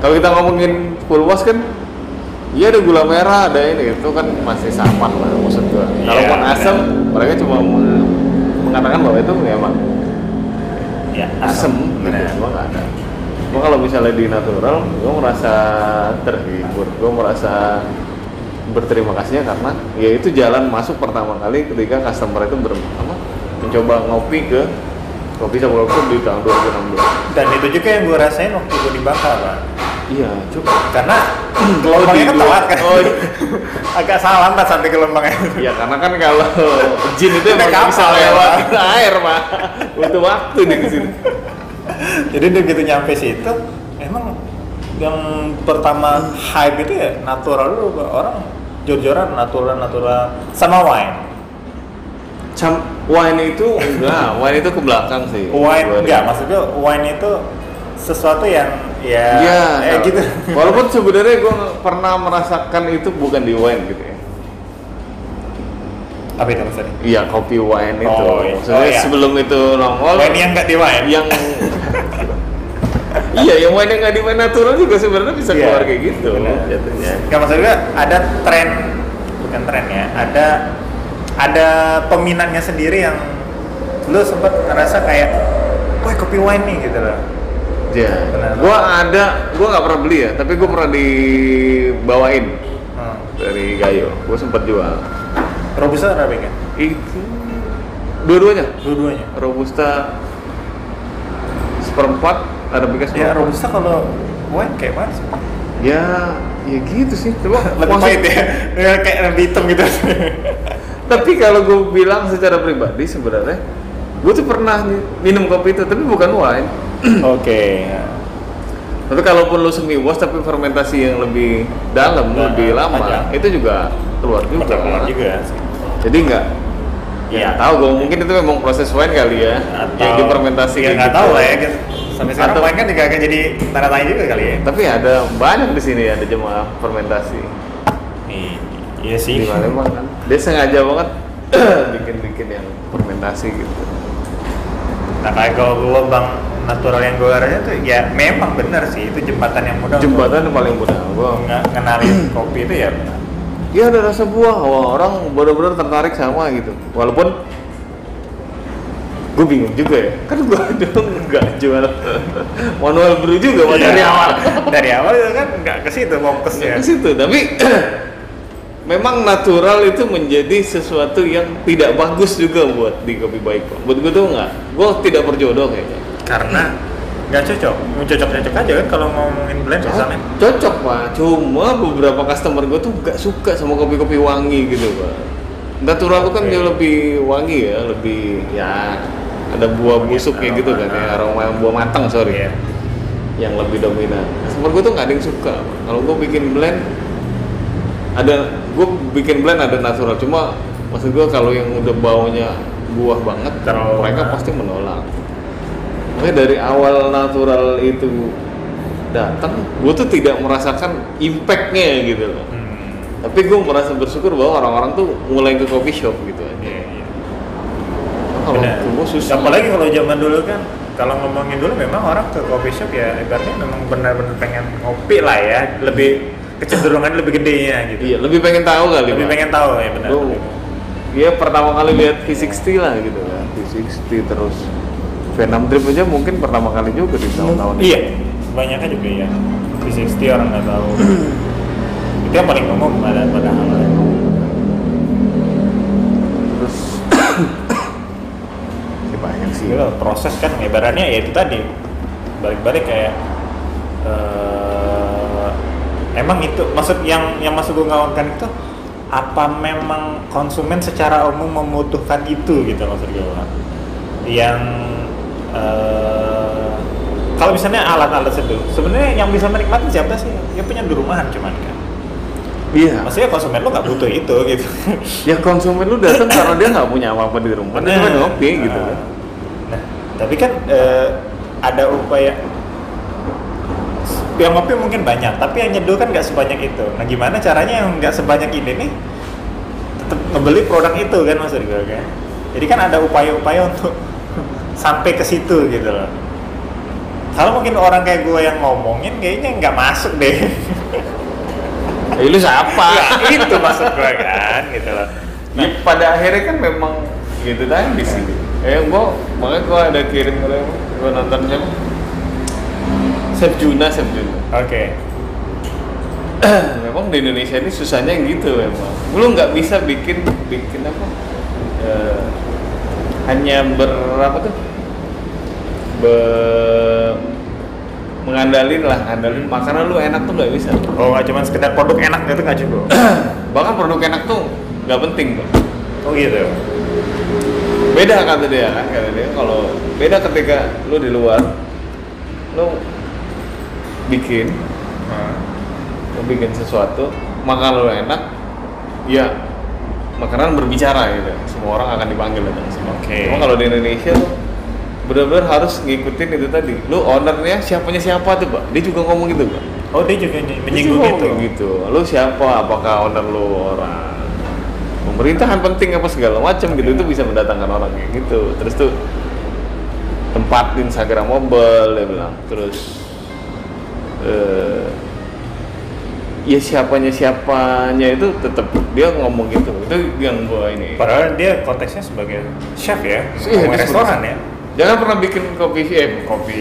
Speaker 1: kalau kita ngomongin full wash kan, iya ada gula merah, ada ini itu kan masih samar lah maksud gua.
Speaker 2: Iya,
Speaker 1: Kalaupun
Speaker 2: bener.
Speaker 1: asam, mereka cuma meng- mengatakan bahwa itu emang
Speaker 2: ya
Speaker 1: asam, gitu,
Speaker 2: benar
Speaker 1: cuma nggak ada. Cuma kalau misalnya di natural, gua merasa terhibur, gua merasa berterima kasihnya karena ya itu jalan masuk pertama kali ketika customer itu ber, apa, mencoba ngopi ke kopi Saburo Club di tahun 2016.
Speaker 2: dan itu juga yang gue rasain waktu gue di Bangka pak
Speaker 1: Iya, cukup.
Speaker 2: karena
Speaker 1: di
Speaker 2: gelombangnya kan
Speaker 1: dua-
Speaker 2: telat kan
Speaker 1: oh, iya.
Speaker 2: agak salah lambat sampai gelombangnya
Speaker 1: Ya karena kan kalau jin itu
Speaker 2: Naik
Speaker 1: emang nggak bisa
Speaker 2: kapal ya,
Speaker 1: lewat
Speaker 2: Pak.
Speaker 1: air mah, butuh waktu di sini.
Speaker 2: jadi udah gitu nyampe situ emang yang pertama hype itu ya natural dulu Pak. orang jor-joran natural natural sama wine
Speaker 1: Cam- wine itu enggak, wine itu ke belakang sih.
Speaker 2: wine
Speaker 1: Gua
Speaker 2: enggak
Speaker 1: nih.
Speaker 2: maksud gue wine itu sesuatu yang ya
Speaker 1: Iya,
Speaker 2: eh,
Speaker 1: nah,
Speaker 2: gitu
Speaker 1: Walaupun sebenarnya gue pernah merasakan itu bukan di wine gitu ya.
Speaker 2: apa itu maksudnya
Speaker 1: Iya, kopi wine itu.
Speaker 2: Oh, iya.
Speaker 1: Maksudnya
Speaker 2: Oh, iya.
Speaker 1: sebelum itu nongol
Speaker 2: wine yang enggak di wine
Speaker 1: yang Iya, yang wine yang nggak di wine natural juga sebenarnya bisa
Speaker 2: Iya,
Speaker 1: keluar kayak gitu
Speaker 2: benar.
Speaker 1: jatuhnya.
Speaker 2: Nggak maksud gue ada tren bukan tren ya, ada ada peminatnya sendiri yang lu sempat ngerasa kayak wah kopi wine nih gitu loh.
Speaker 1: Ya.
Speaker 2: Benar.
Speaker 1: Gua ada, gua nggak pernah beli ya, tapi gua pernah dibawain
Speaker 2: Hmm.
Speaker 1: dari Gayo. Gua sempet jual.
Speaker 2: Robusta atau Arabica?
Speaker 1: Itu dua-duanya
Speaker 2: Dua-duanya.
Speaker 1: Robusta seperempat Arabica
Speaker 2: Ya
Speaker 1: seperempat.
Speaker 2: Robusta kalau wine kayak mana sih?
Speaker 1: Ya, ya gitu sih. Coba
Speaker 2: Lebih
Speaker 1: maksud-
Speaker 2: pahit ya. Ya, kayak lebih hitam gitu.
Speaker 1: Tapi kalau gue bilang secara pribadi sebenarnya, gue tuh pernah nih minum kopi itu, tapi bukan wine.
Speaker 3: Oke.
Speaker 1: Tapi kalaupun lu semi wash tapi fermentasi yang lebih dalam,
Speaker 3: Nah,
Speaker 1: lebih lama,
Speaker 3: panjang.
Speaker 1: itu juga keluar juga.
Speaker 3: Pernah keluar juga sih.
Speaker 1: Jadi nggak
Speaker 3: Iya.
Speaker 1: Ya, tahu gue mungkin itu memang proses wine kali ya, yang
Speaker 2: Atau-
Speaker 1: difermentasi
Speaker 2: ya
Speaker 1: kayak
Speaker 2: nggak
Speaker 1: gitu.
Speaker 2: tahu lah ya. gitu. Sampai sekarang
Speaker 1: Atau-
Speaker 2: wine kan juga agak jadi tanda tanya juga kali ya.
Speaker 1: Tapi ada banyak di sini ada jemaah fermentasi.
Speaker 3: Iya. Iya sih.
Speaker 1: di Palembang kan dia sengaja banget bikin-bikin yang fermentasi gitu
Speaker 2: Nah kayak kalau gue bang natural yang gue rasanya tuh ya memang bener sih itu jembatan yang mudah untuk
Speaker 1: jembatan yang paling mudah gua
Speaker 2: nge- ngenalin kopi itu ya benar.
Speaker 1: ya ada rasa buah wah orang bener-bener tertarik sama gitu walaupun gue bingung juga ya kan gue dong nggak jual manual brew juga mau dari
Speaker 2: Iya.
Speaker 1: awal Iya.
Speaker 2: dari awal itu kan nggak ke situ fokusnya.
Speaker 1: ke situ tapi memang natural itu menjadi sesuatu yang tidak bagus juga buat di kopi baik Pak. buat gue tuh nggak gue tidak berjodoh kayaknya
Speaker 2: karena nggak cocok mau cocok cocok aja kan kalau ngomongin blend misalnya
Speaker 1: cocok pak cuma beberapa customer gue tuh gak suka sama kopi-kopi wangi gitu pak natural tuh kan
Speaker 2: Oke.
Speaker 1: jauh lebih wangi ya lebih ya ada buah busuk kayak gitu kan ya aroma buah matang sorry
Speaker 2: Iya.
Speaker 1: yang lebih dominan customer gue tuh nggak ada yang suka Pak. kalau gue bikin blend ada gue bikin blend ada natural cuma maksud gue kalau yang udah baunya buah banget
Speaker 2: Terlalu-
Speaker 1: mereka pasti menolak makanya dari awal natural itu datang gue tuh tidak merasakan impactnya gitu loh
Speaker 2: Hmm,
Speaker 1: tapi gue merasa bersyukur bahwa orang-orang tuh mulai ke coffee shop gitu aja
Speaker 2: iya, iya.
Speaker 1: kalau
Speaker 2: Benar.
Speaker 1: gue susah
Speaker 2: apalagi kalau zaman dulu kan kalau ngomongin dulu memang orang ke coffee shop ya ibaratnya memang benar-benar pengen ngopi lah ya lebih kecenderungan lebih gedenya gitu
Speaker 1: iya lebih pengen tahu kali
Speaker 2: lebih
Speaker 1: Pak.
Speaker 2: pengen tahu ya benar
Speaker 1: Lu- dia Iya, pertama kali lihat V60 lah gitu kan V60 terus V6 Trip aja mungkin pertama kali juga di tahun-tahun itu.
Speaker 2: Iya, kebanyakan juga ya. 360 orang nggak tahu. itu yang paling umum pada padahal.
Speaker 1: terus ya banyak sih
Speaker 2: Gitu loh, proses kan ibaratnya ya itu tadi balik-balik kayak eh, emang itu maksud yang yang masuk gue ngawangkan itu apa memang konsumen secara umum membutuhkan itu gitu maksud gue yang eh, kalau misalnya alat-alat seduh sebenarnya yang bisa menikmati siapa sih yang punya di rumahan cuman kan
Speaker 1: iya
Speaker 2: maksudnya konsumen lo nggak butuh itu gitu
Speaker 1: ya konsumen lu datang karena dia nggak punya apa-apa di rumah dia cuma ngopi gitu kan
Speaker 2: nah tapi kan eh, ada upaya yang ngopi mungkin banyak tapi yang nyeduh kan nggak sebanyak itu nah gimana caranya yang nggak sebanyak ini nih tetap ngebeli produk itu kan maksud gue kan jadi kan ada upaya-upaya untuk sampai ke situ gitu loh kalau mungkin orang kayak gue yang ngomongin kayaknya nggak masuk deh
Speaker 1: eh, lu siapa
Speaker 2: Ya,
Speaker 1: gitu
Speaker 2: itu maksud gue kan gitu loh
Speaker 1: Ya, pada akhirnya kan memang gitu tadi sih eh gua makanya gua ada kirim ke lu, gua nonton siapa Sep Juna, Sep Juna.
Speaker 2: oke
Speaker 1: memang di Indonesia ini susahnya gitu memang lu nggak bisa bikin bikin apa eh, hanya berapa tuh Be- mengandalin lah ngandalin makanan lu enak tuh nggak bisa
Speaker 2: Oh, nggak cuma sekedar produk enak itu nggak cukup.
Speaker 1: bahkan produk enak tuh nggak penting Bang.
Speaker 2: oh gitu.
Speaker 1: beda kata dia kan kata dia kalau beda ketika lu di luar lu bikin
Speaker 2: Nah.
Speaker 1: lu bikin sesuatu makan lu enak ya makanan berbicara gitu semua orang akan dipanggil datang ke sini.
Speaker 2: Oke.
Speaker 1: cuma kalau di Indonesia tuh benar-benar harus ngikutin itu tadi lu ownernya siapanya siapa tuh pak dia juga ngomong gitu pak
Speaker 2: Oh dia juga ny-
Speaker 1: Dia
Speaker 2: menyinggung
Speaker 1: juga
Speaker 2: itu.
Speaker 1: ngomong gitu lu siapa apakah owner lu orang pemerintahan penting apa segala macam gitu itu bisa mendatangkan orang kayak gitu terus tuh tempat Instagram mobile dia bilang terus eh ya siapanya siapanya itu tetap dia ngomong gitu itu yang gua ini
Speaker 2: Padahal dia konteksnya sebagai chef ya,
Speaker 1: Iya,
Speaker 2: Pemain
Speaker 1: dia
Speaker 2: restoran ya.
Speaker 1: sebagai- jangan pernah bikin kopi eh kopi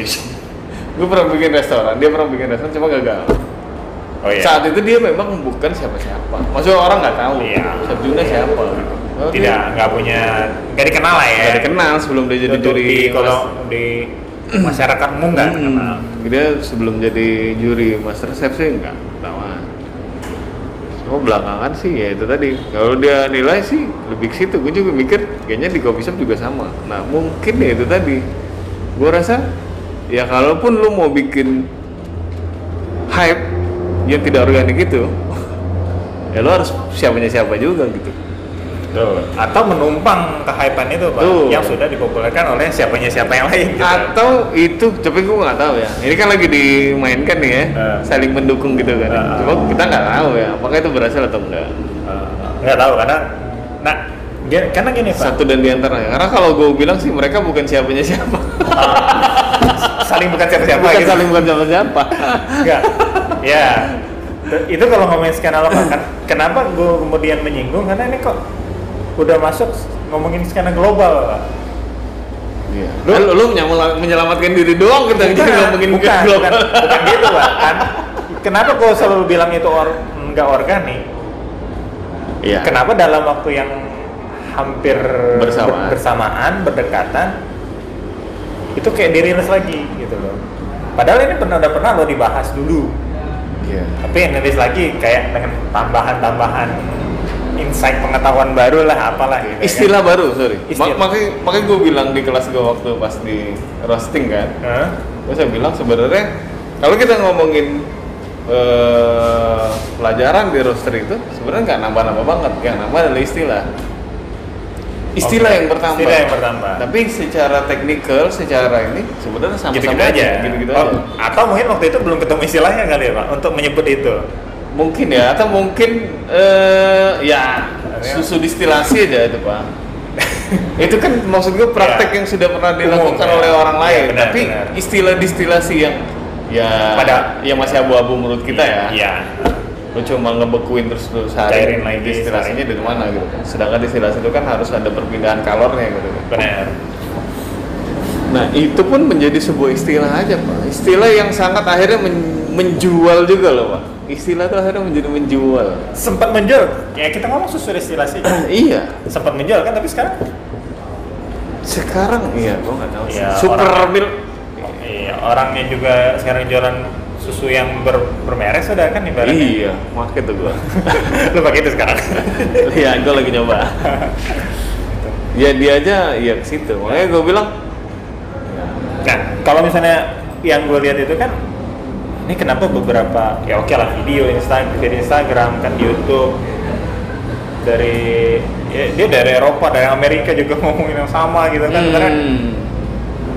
Speaker 1: gue pernah bikin restoran dia pernah bikin restoran cuma gagal
Speaker 2: Oh iya.
Speaker 1: saat itu dia memang bukan siapa-siapa maksudnya orang nggak tahu
Speaker 2: Iya.
Speaker 1: Chef Juna siapa gitu. Oke.
Speaker 2: Tidak, nggak punya, nggak dikenal lah ya.
Speaker 1: nggak dikenal sebelum dia jadi
Speaker 2: Untuk
Speaker 1: juri
Speaker 2: di, kalau
Speaker 1: Mas-
Speaker 2: di masyarakat umum nggak dikenal.
Speaker 1: Hmm, dia sebelum jadi juri master chef sih nggak ketahuan cuma belakangan sih ya itu tadi kalau dia nilai sih lebih ke situ gue juga mikir kayaknya di coffee shop juga sama nah mungkin ya itu tadi gue rasa ya kalaupun lu mau bikin hype yang tidak organik itu ya lo harus siapanya siapa juga gitu
Speaker 2: Tuh. Atau menumpang kehypan itu pak,
Speaker 1: Tuh.
Speaker 2: yang sudah dipopulerkan oleh siapanya siapa yang lain. gitu.
Speaker 1: atau itu tapi gue nggak tahu ya ini kan lagi dimainkan nih ya
Speaker 2: Eh.
Speaker 1: saling mendukung gitu kan
Speaker 2: Eh, eh.
Speaker 1: cuma kita nggak tahu ya apakah itu berhasil atau enggak
Speaker 2: Eh, nggak tahu karena, nah, dia- karena gini pak,
Speaker 1: satu dan diantaranya karena kalau gue bilang sih mereka bukan siapanya siapa
Speaker 2: saling bukan siapa-siapa
Speaker 1: bukan
Speaker 2: gitu.
Speaker 1: saling bukan siapa siapa
Speaker 2: Enggak. ya. Itu kalau ngomongin skena lokal kan kenapa gue kemudian menyinggung karena ini kok udah masuk ngomongin skena global Pak.
Speaker 1: lu, Iya. lu, lu menyamula- menyelamatkan diri doang kita
Speaker 2: Bukan,
Speaker 1: jadi ngomongin
Speaker 2: bukan,
Speaker 1: global
Speaker 2: bukan, bukan gitu Pak. Kan, kenapa gue selalu bilang itu or, nggak organik?
Speaker 1: iya
Speaker 2: Kenapa dalam waktu yang hampir ber-
Speaker 1: Bersamaan.
Speaker 2: bersamaan, berdekatan itu kayak dirilis lagi gitu loh. Padahal ini pernah udah pernah lo dibahas dulu
Speaker 1: Iya.
Speaker 2: tapi yang nulis lagi kayak dengan tambahan-tambahan insight pengetahuan baru lah apalah gitu kan.
Speaker 1: istilah baru sorry
Speaker 2: Istilah.
Speaker 1: Ma- makanya makanya gue bilang di kelas gue waktu pas di roasting kan
Speaker 2: Hah?
Speaker 1: Terus saya bilang sebenarnya kalau kita ngomongin eh, pelajaran di roster itu sebenarnya nggak nambah-nambah banget, yang nambah adalah istilah. Istilah
Speaker 2: Oke,
Speaker 1: yang bertambah.
Speaker 2: istilah yang bertambah.
Speaker 1: Tapi secara teknikal, secara ini sebenarnya sama-sama
Speaker 2: gitu-gitu aja
Speaker 1: gitu-gitu
Speaker 2: Oh,
Speaker 1: aja.
Speaker 2: atau mungkin waktu itu belum ketemu istilahnya kali ya pak untuk menyebut itu
Speaker 1: Mungkin ya atau mungkin eh, ya susu distilasi aja itu pak. itu kan maksud gue praktek
Speaker 2: Ya.
Speaker 1: yang sudah pernah dilakukan
Speaker 2: Umum, ya.
Speaker 1: oleh orang
Speaker 2: Ya,
Speaker 1: lain,
Speaker 2: benar,
Speaker 1: tapi
Speaker 2: benar.
Speaker 1: istilah distilasi yang ya
Speaker 2: Pada-
Speaker 1: ya masih abu-abu menurut kita ya.
Speaker 2: iya
Speaker 1: lu cuma ngebekuin terus lu sehari
Speaker 2: Cairin lagi,
Speaker 1: destilasinya dari mana gitu kan sedangkan destilasi itu kan harus ada perpindahan kalornya gitu kan
Speaker 2: benar
Speaker 1: nah itu pun menjadi sebuah istilah aja pak istilah yang sangat akhirnya men- menjual juga loh pak istilah itu akhirnya menjadi menjual
Speaker 2: sempat menjual ya kita ngomong susu destilasi
Speaker 1: iya
Speaker 2: sempat menjual kan tapi sekarang
Speaker 1: sekarang iya gua nggak tahu sih.
Speaker 2: Iya,
Speaker 1: super
Speaker 2: orang-
Speaker 1: milk
Speaker 2: iya, orangnya juga sekarang jualan susu yang ber, bermerek sudah kan ibaratnya
Speaker 1: iya pakai tuh gua
Speaker 2: lu pakai itu sekarang
Speaker 1: iya gua lagi nyoba ya dia aja iya ke situ makanya gua bilang
Speaker 2: Nah, kalau misalnya yang gue lihat itu kan ini kenapa beberapa ya oke lah video Instagram, dari Instagram kan di YouTube dari ya, dia dari Eropa dari Amerika juga ngomongin yang sama gitu kan beneran.
Speaker 1: "Hmm,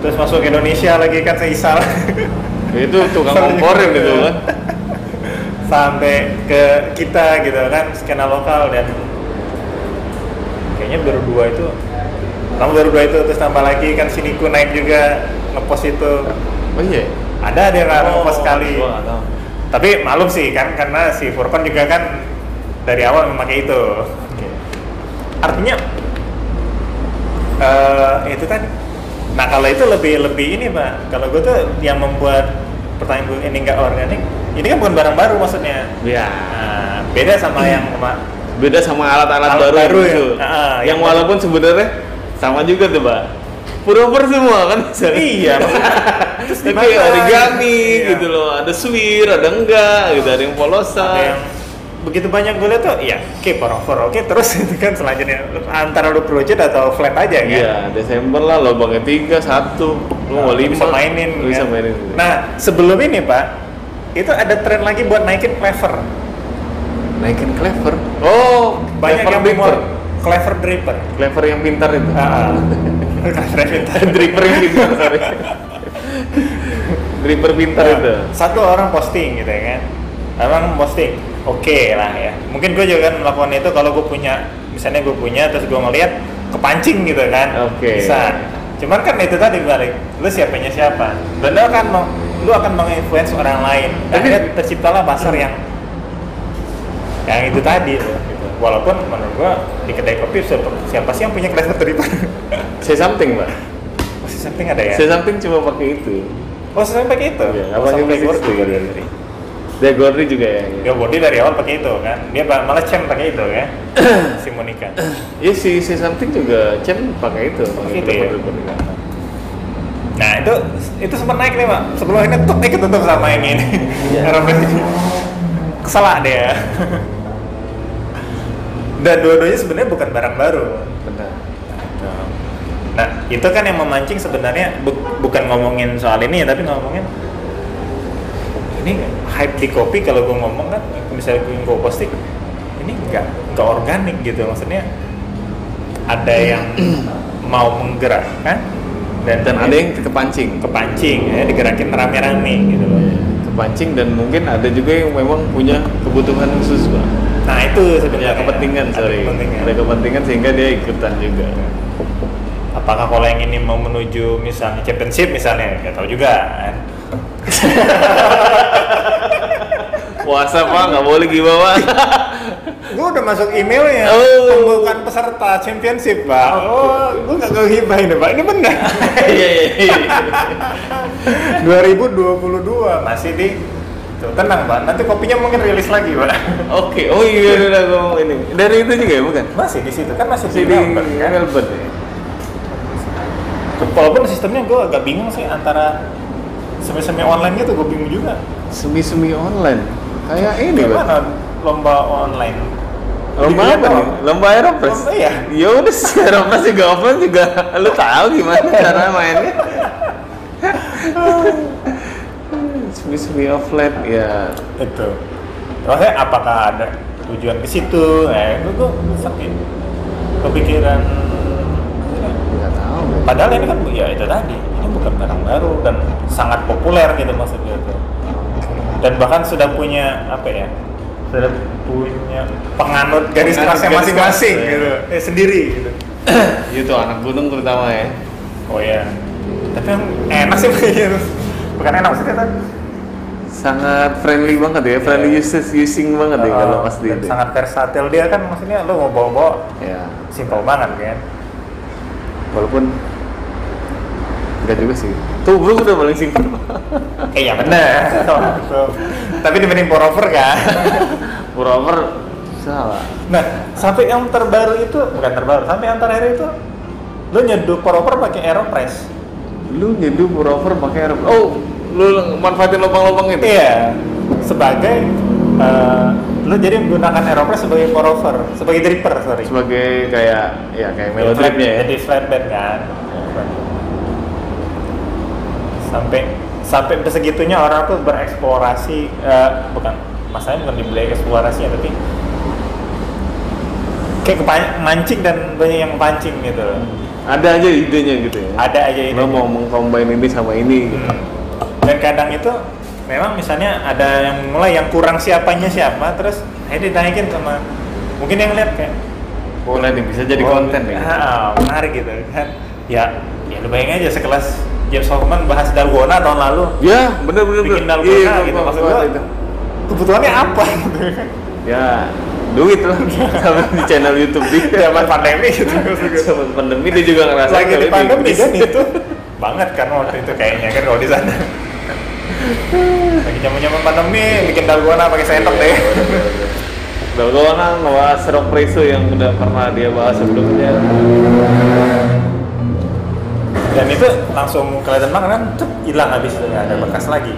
Speaker 2: terus masuk ke Indonesia lagi kan seisal
Speaker 1: hmm, itu tukang komporin itu kan
Speaker 2: sampai ke kita gitu kan skena lokal dan kayaknya baru dua itu kamu baru dua itu terus tambah lagi kan siniku naik juga ngepost itu
Speaker 1: Oh iya.
Speaker 2: ada ada yang
Speaker 1: Oh,
Speaker 2: ngepost sekali
Speaker 1: Gua nggak tahu.
Speaker 2: Tapi maklum sih kan karena si Furkon juga kan dari awal memakai itu. Artinya eh itu tadi. Nah kalau itu lebih lebih ini pak. Kalau gue tuh yang membuat pertanyaan gue ini nggak organik. Ini kan bukan barang baru maksudnya.
Speaker 1: Ya.
Speaker 2: Nah, beda sama yang
Speaker 1: Hmm.
Speaker 2: kema-
Speaker 1: Beda sama alat-alat
Speaker 2: Alat
Speaker 1: baru,
Speaker 2: baru
Speaker 1: itu.
Speaker 2: ya. Ah,
Speaker 1: yang
Speaker 2: yang-
Speaker 1: walaupun sebenarnya sama juga tuh, Pak. Pullover semua kan misalnya.
Speaker 2: Iya.
Speaker 1: Tapi
Speaker 2: dimakan.
Speaker 1: origami
Speaker 2: Iya.
Speaker 1: gitu loh, ada swir, ada enggak, gitu ada yang polosan.
Speaker 2: ada yang begitu banyak gue lihat tuh ya oke porover oke terus itu kan selanjutnya antara lu project atau flat aja kan
Speaker 1: Iya, Desember lah lobangnya tiga, satu, lu mau
Speaker 2: Nah,
Speaker 1: lima,
Speaker 2: bisa mainin
Speaker 1: lu bisa
Speaker 2: kan?
Speaker 1: mainin.
Speaker 2: nah sebelum ini pak itu ada tren lagi buat naikin clever
Speaker 1: naikin clever. Oh,
Speaker 2: Oh, banyak
Speaker 1: clever
Speaker 2: yang
Speaker 1: Big
Speaker 2: rumor
Speaker 1: Bird.
Speaker 2: clever draper
Speaker 1: Clever yang pintar itu.
Speaker 2: Ah, clever draper.
Speaker 1: Dripper yang pintar, sorry. Dripper pintar
Speaker 2: Nah,
Speaker 1: itu.
Speaker 2: satu orang posting gitu ya kan emang posting oke lah ya mungkin gue juga kan melakukan itu kalau gue punya misalnya gue punya terus gue ngeliat kepancing gitu kan
Speaker 1: Oke.
Speaker 2: bisa cuman kan itu tadi balik lu siapanya siapa dan lu akan mau lu akan menginfluence orang lain
Speaker 1: Tapi-
Speaker 2: akhirnya terciptalah pasar yang yang itu tadi loh, gitu. walaupun menurut gua di kedai kopi siapa, siapa sih yang punya kreator terlibat
Speaker 1: Say something, Pak.
Speaker 2: masih something ada ya
Speaker 1: Say something cuma pakai itu.
Speaker 2: oh sesuatu pakai itu
Speaker 1: Iya,
Speaker 2: Oh,
Speaker 1: apa yang
Speaker 2: sampai
Speaker 1: pakai
Speaker 2: gordi,
Speaker 1: itu?
Speaker 2: gordi.
Speaker 1: Dia Gordry juga ya.
Speaker 2: Dia body dari awal pakai itu kan. Dia ba- malah champ pakai itu ya. si Monica.
Speaker 1: Iya si si something juga Cem pakai itu, pakai
Speaker 2: itu ya?
Speaker 1: dripper-dripper.
Speaker 2: Nah, itu itu sempat naik nih, Pak. Sebelum ini tuh dia ketutup sama yang ini.
Speaker 1: Iya.
Speaker 2: Robert. Keselak dia. Dan dua-duanya sebenarnya bukan barang baru.
Speaker 1: Benar.
Speaker 2: Nah, itu kan yang memancing sebenarnya bu- bukan ngomongin soal ini ya, tapi ngomongin ini hype di kopi kalau gue ngomong kan misalnya gue gue posting ini nggak nggak organik gitu maksudnya ada yang mau menggerakkan dan,
Speaker 1: Dan ada yang kepancing.
Speaker 2: kepancing ya digerakin rame-rame gitu loh
Speaker 1: Iya. Kepancing dan mungkin ada juga yang memang punya kebutuhan khusus, Pak.
Speaker 2: nah itu
Speaker 1: Ya,
Speaker 2: sebenarnya
Speaker 1: kepentingan,
Speaker 2: Ada
Speaker 1: sorry.
Speaker 2: kepentingan.
Speaker 1: Ada kepentingan sehingga dia ikutan juga.
Speaker 2: apakah kalau yang ini mau menuju misalnya championship misalnya nggak tahu juga kan.
Speaker 1: Puasa, Pak, nggak boleh gimana,
Speaker 2: Gue udah masuk emailnya
Speaker 1: Oh.
Speaker 2: pembukaan peserta championship pak. Oh, gue nggak ngehibahin deh pak. Ini benar.
Speaker 1: Iya, iya, iya.
Speaker 2: 2022 masih di Tuh, tenang pak. Nanti kopinya mungkin rilis lagi pak.
Speaker 1: Oke, oh iya, udah ngomong ini. Dari itu juga ya, bukan?
Speaker 2: Masih di situ kan masih
Speaker 1: Si
Speaker 2: di
Speaker 1: di
Speaker 2: Melbourne kan.
Speaker 1: Melbourne ya?
Speaker 2: Walaupun sistemnya gue agak bingung sih antara semi-semi online gitu gue bingung juga.
Speaker 1: Semi-semi online. Kayak ini, Iya, Pak.
Speaker 2: Gimana lomba online?
Speaker 1: Lomba
Speaker 2: Dibilang
Speaker 1: apa nih? Lomba Aeropress?
Speaker 2: Lomba ya.
Speaker 1: Ya udah sih, Aeropress juga offline juga. Lu tahu gimana cara mainnya? Semi-semi offline, ya.
Speaker 2: itu maksudnya apakah ada tujuan ke situ eh gue gue sakit kepikiran
Speaker 1: Nggak tahu. Pak.
Speaker 2: padahal ini kan ya itu tadi ini bukan barang baru dan sangat populer gitu maksudnya itu dan bahkan sudah punya apa ya sudah punya penganut garis
Speaker 1: Penganut garis
Speaker 2: kerasnya masing-masing
Speaker 1: keras, ya.
Speaker 2: gitu eh, sendiri gitu
Speaker 1: Itu Iya, anak gunung terutama ya.
Speaker 2: oh ya tapi yang enak sih begitu bukan enak maksudnya kan
Speaker 1: Sangat friendly banget ya, friendly usage using banget ya kalau pas di
Speaker 2: dan
Speaker 1: itu.
Speaker 2: Eh, sangat versatil dia kan maksudnya lo mau bawa-bawa
Speaker 1: Ya,
Speaker 2: simpel banget kan
Speaker 1: walaupun enggak juga sih. Tubruk udah paling simpel.
Speaker 2: Eh ya bener Tapi dibanding porover kan
Speaker 1: Moreover, salah.
Speaker 2: Nah sampai yang terbaru itu Bukan terbaru, sampai yang terakhir itu Lu nyeduh porover pakai aeropress
Speaker 1: Lu nyeduh moreover pakai aeropress. Oh, lu manfaatin lubang-lubang itu.
Speaker 2: Iya Sebagai eh, Lu jadi menggunakan aeropress sebagai porover Sebagai dripper sorry
Speaker 1: sebagai kayak ya kayak melodripnya ya.
Speaker 2: Jadi flatbed kan Sampai sampai segitunya orang tuh bereksplorasi eh, bukan masalahnya bukan dibeli eksplorasinya tapi kayak kepa- mancing dan banyak yang pancing gitu loh.
Speaker 1: Ada aja idenya gitu ya.
Speaker 2: ada aja ini
Speaker 1: Lo mau mengcombine ini sama ini gitu.
Speaker 2: Hmm. dan kadang itu memang misalnya ada yang mulai yang kurang siapanya siapa terus akhirnya dinaikin sama mungkin yang lihat kayak
Speaker 1: Boleh nih bisa jadi
Speaker 2: Oh,
Speaker 1: konten ya.
Speaker 2: ah, menarik gitu kan ya ya lu bayangin aja sekelas James Hoffman bahas dalgona tahun lalu
Speaker 1: Ya, bener bener bener.
Speaker 2: bikin dalgona
Speaker 1: Iya,
Speaker 2: gitu
Speaker 1: gua-
Speaker 2: maksud
Speaker 1: gua-
Speaker 2: gua
Speaker 1: itu.
Speaker 2: kebutuhannya apa gitu
Speaker 1: Ya, duit lah sama di channel YouTube dia.
Speaker 2: zaman pandemi gitu maksud gua.
Speaker 1: Sama pandemi dia juga ngerasa
Speaker 2: lagi
Speaker 1: kalau
Speaker 2: di
Speaker 1: ini
Speaker 2: pandemi
Speaker 1: bisnis.
Speaker 2: dan itu banget kan waktu itu kayaknya kan kalau di sana lagi zaman zaman pandemi bikin dalgona pakai sendok deh
Speaker 1: Dalgona Nah, kan ngebahas rock preso yang udah pernah dia bahas sebelumnya.
Speaker 2: dan itu langsung kelihatan banget kan cep, hilang habis itu nggak
Speaker 1: Hmm.
Speaker 2: ada bekas lagi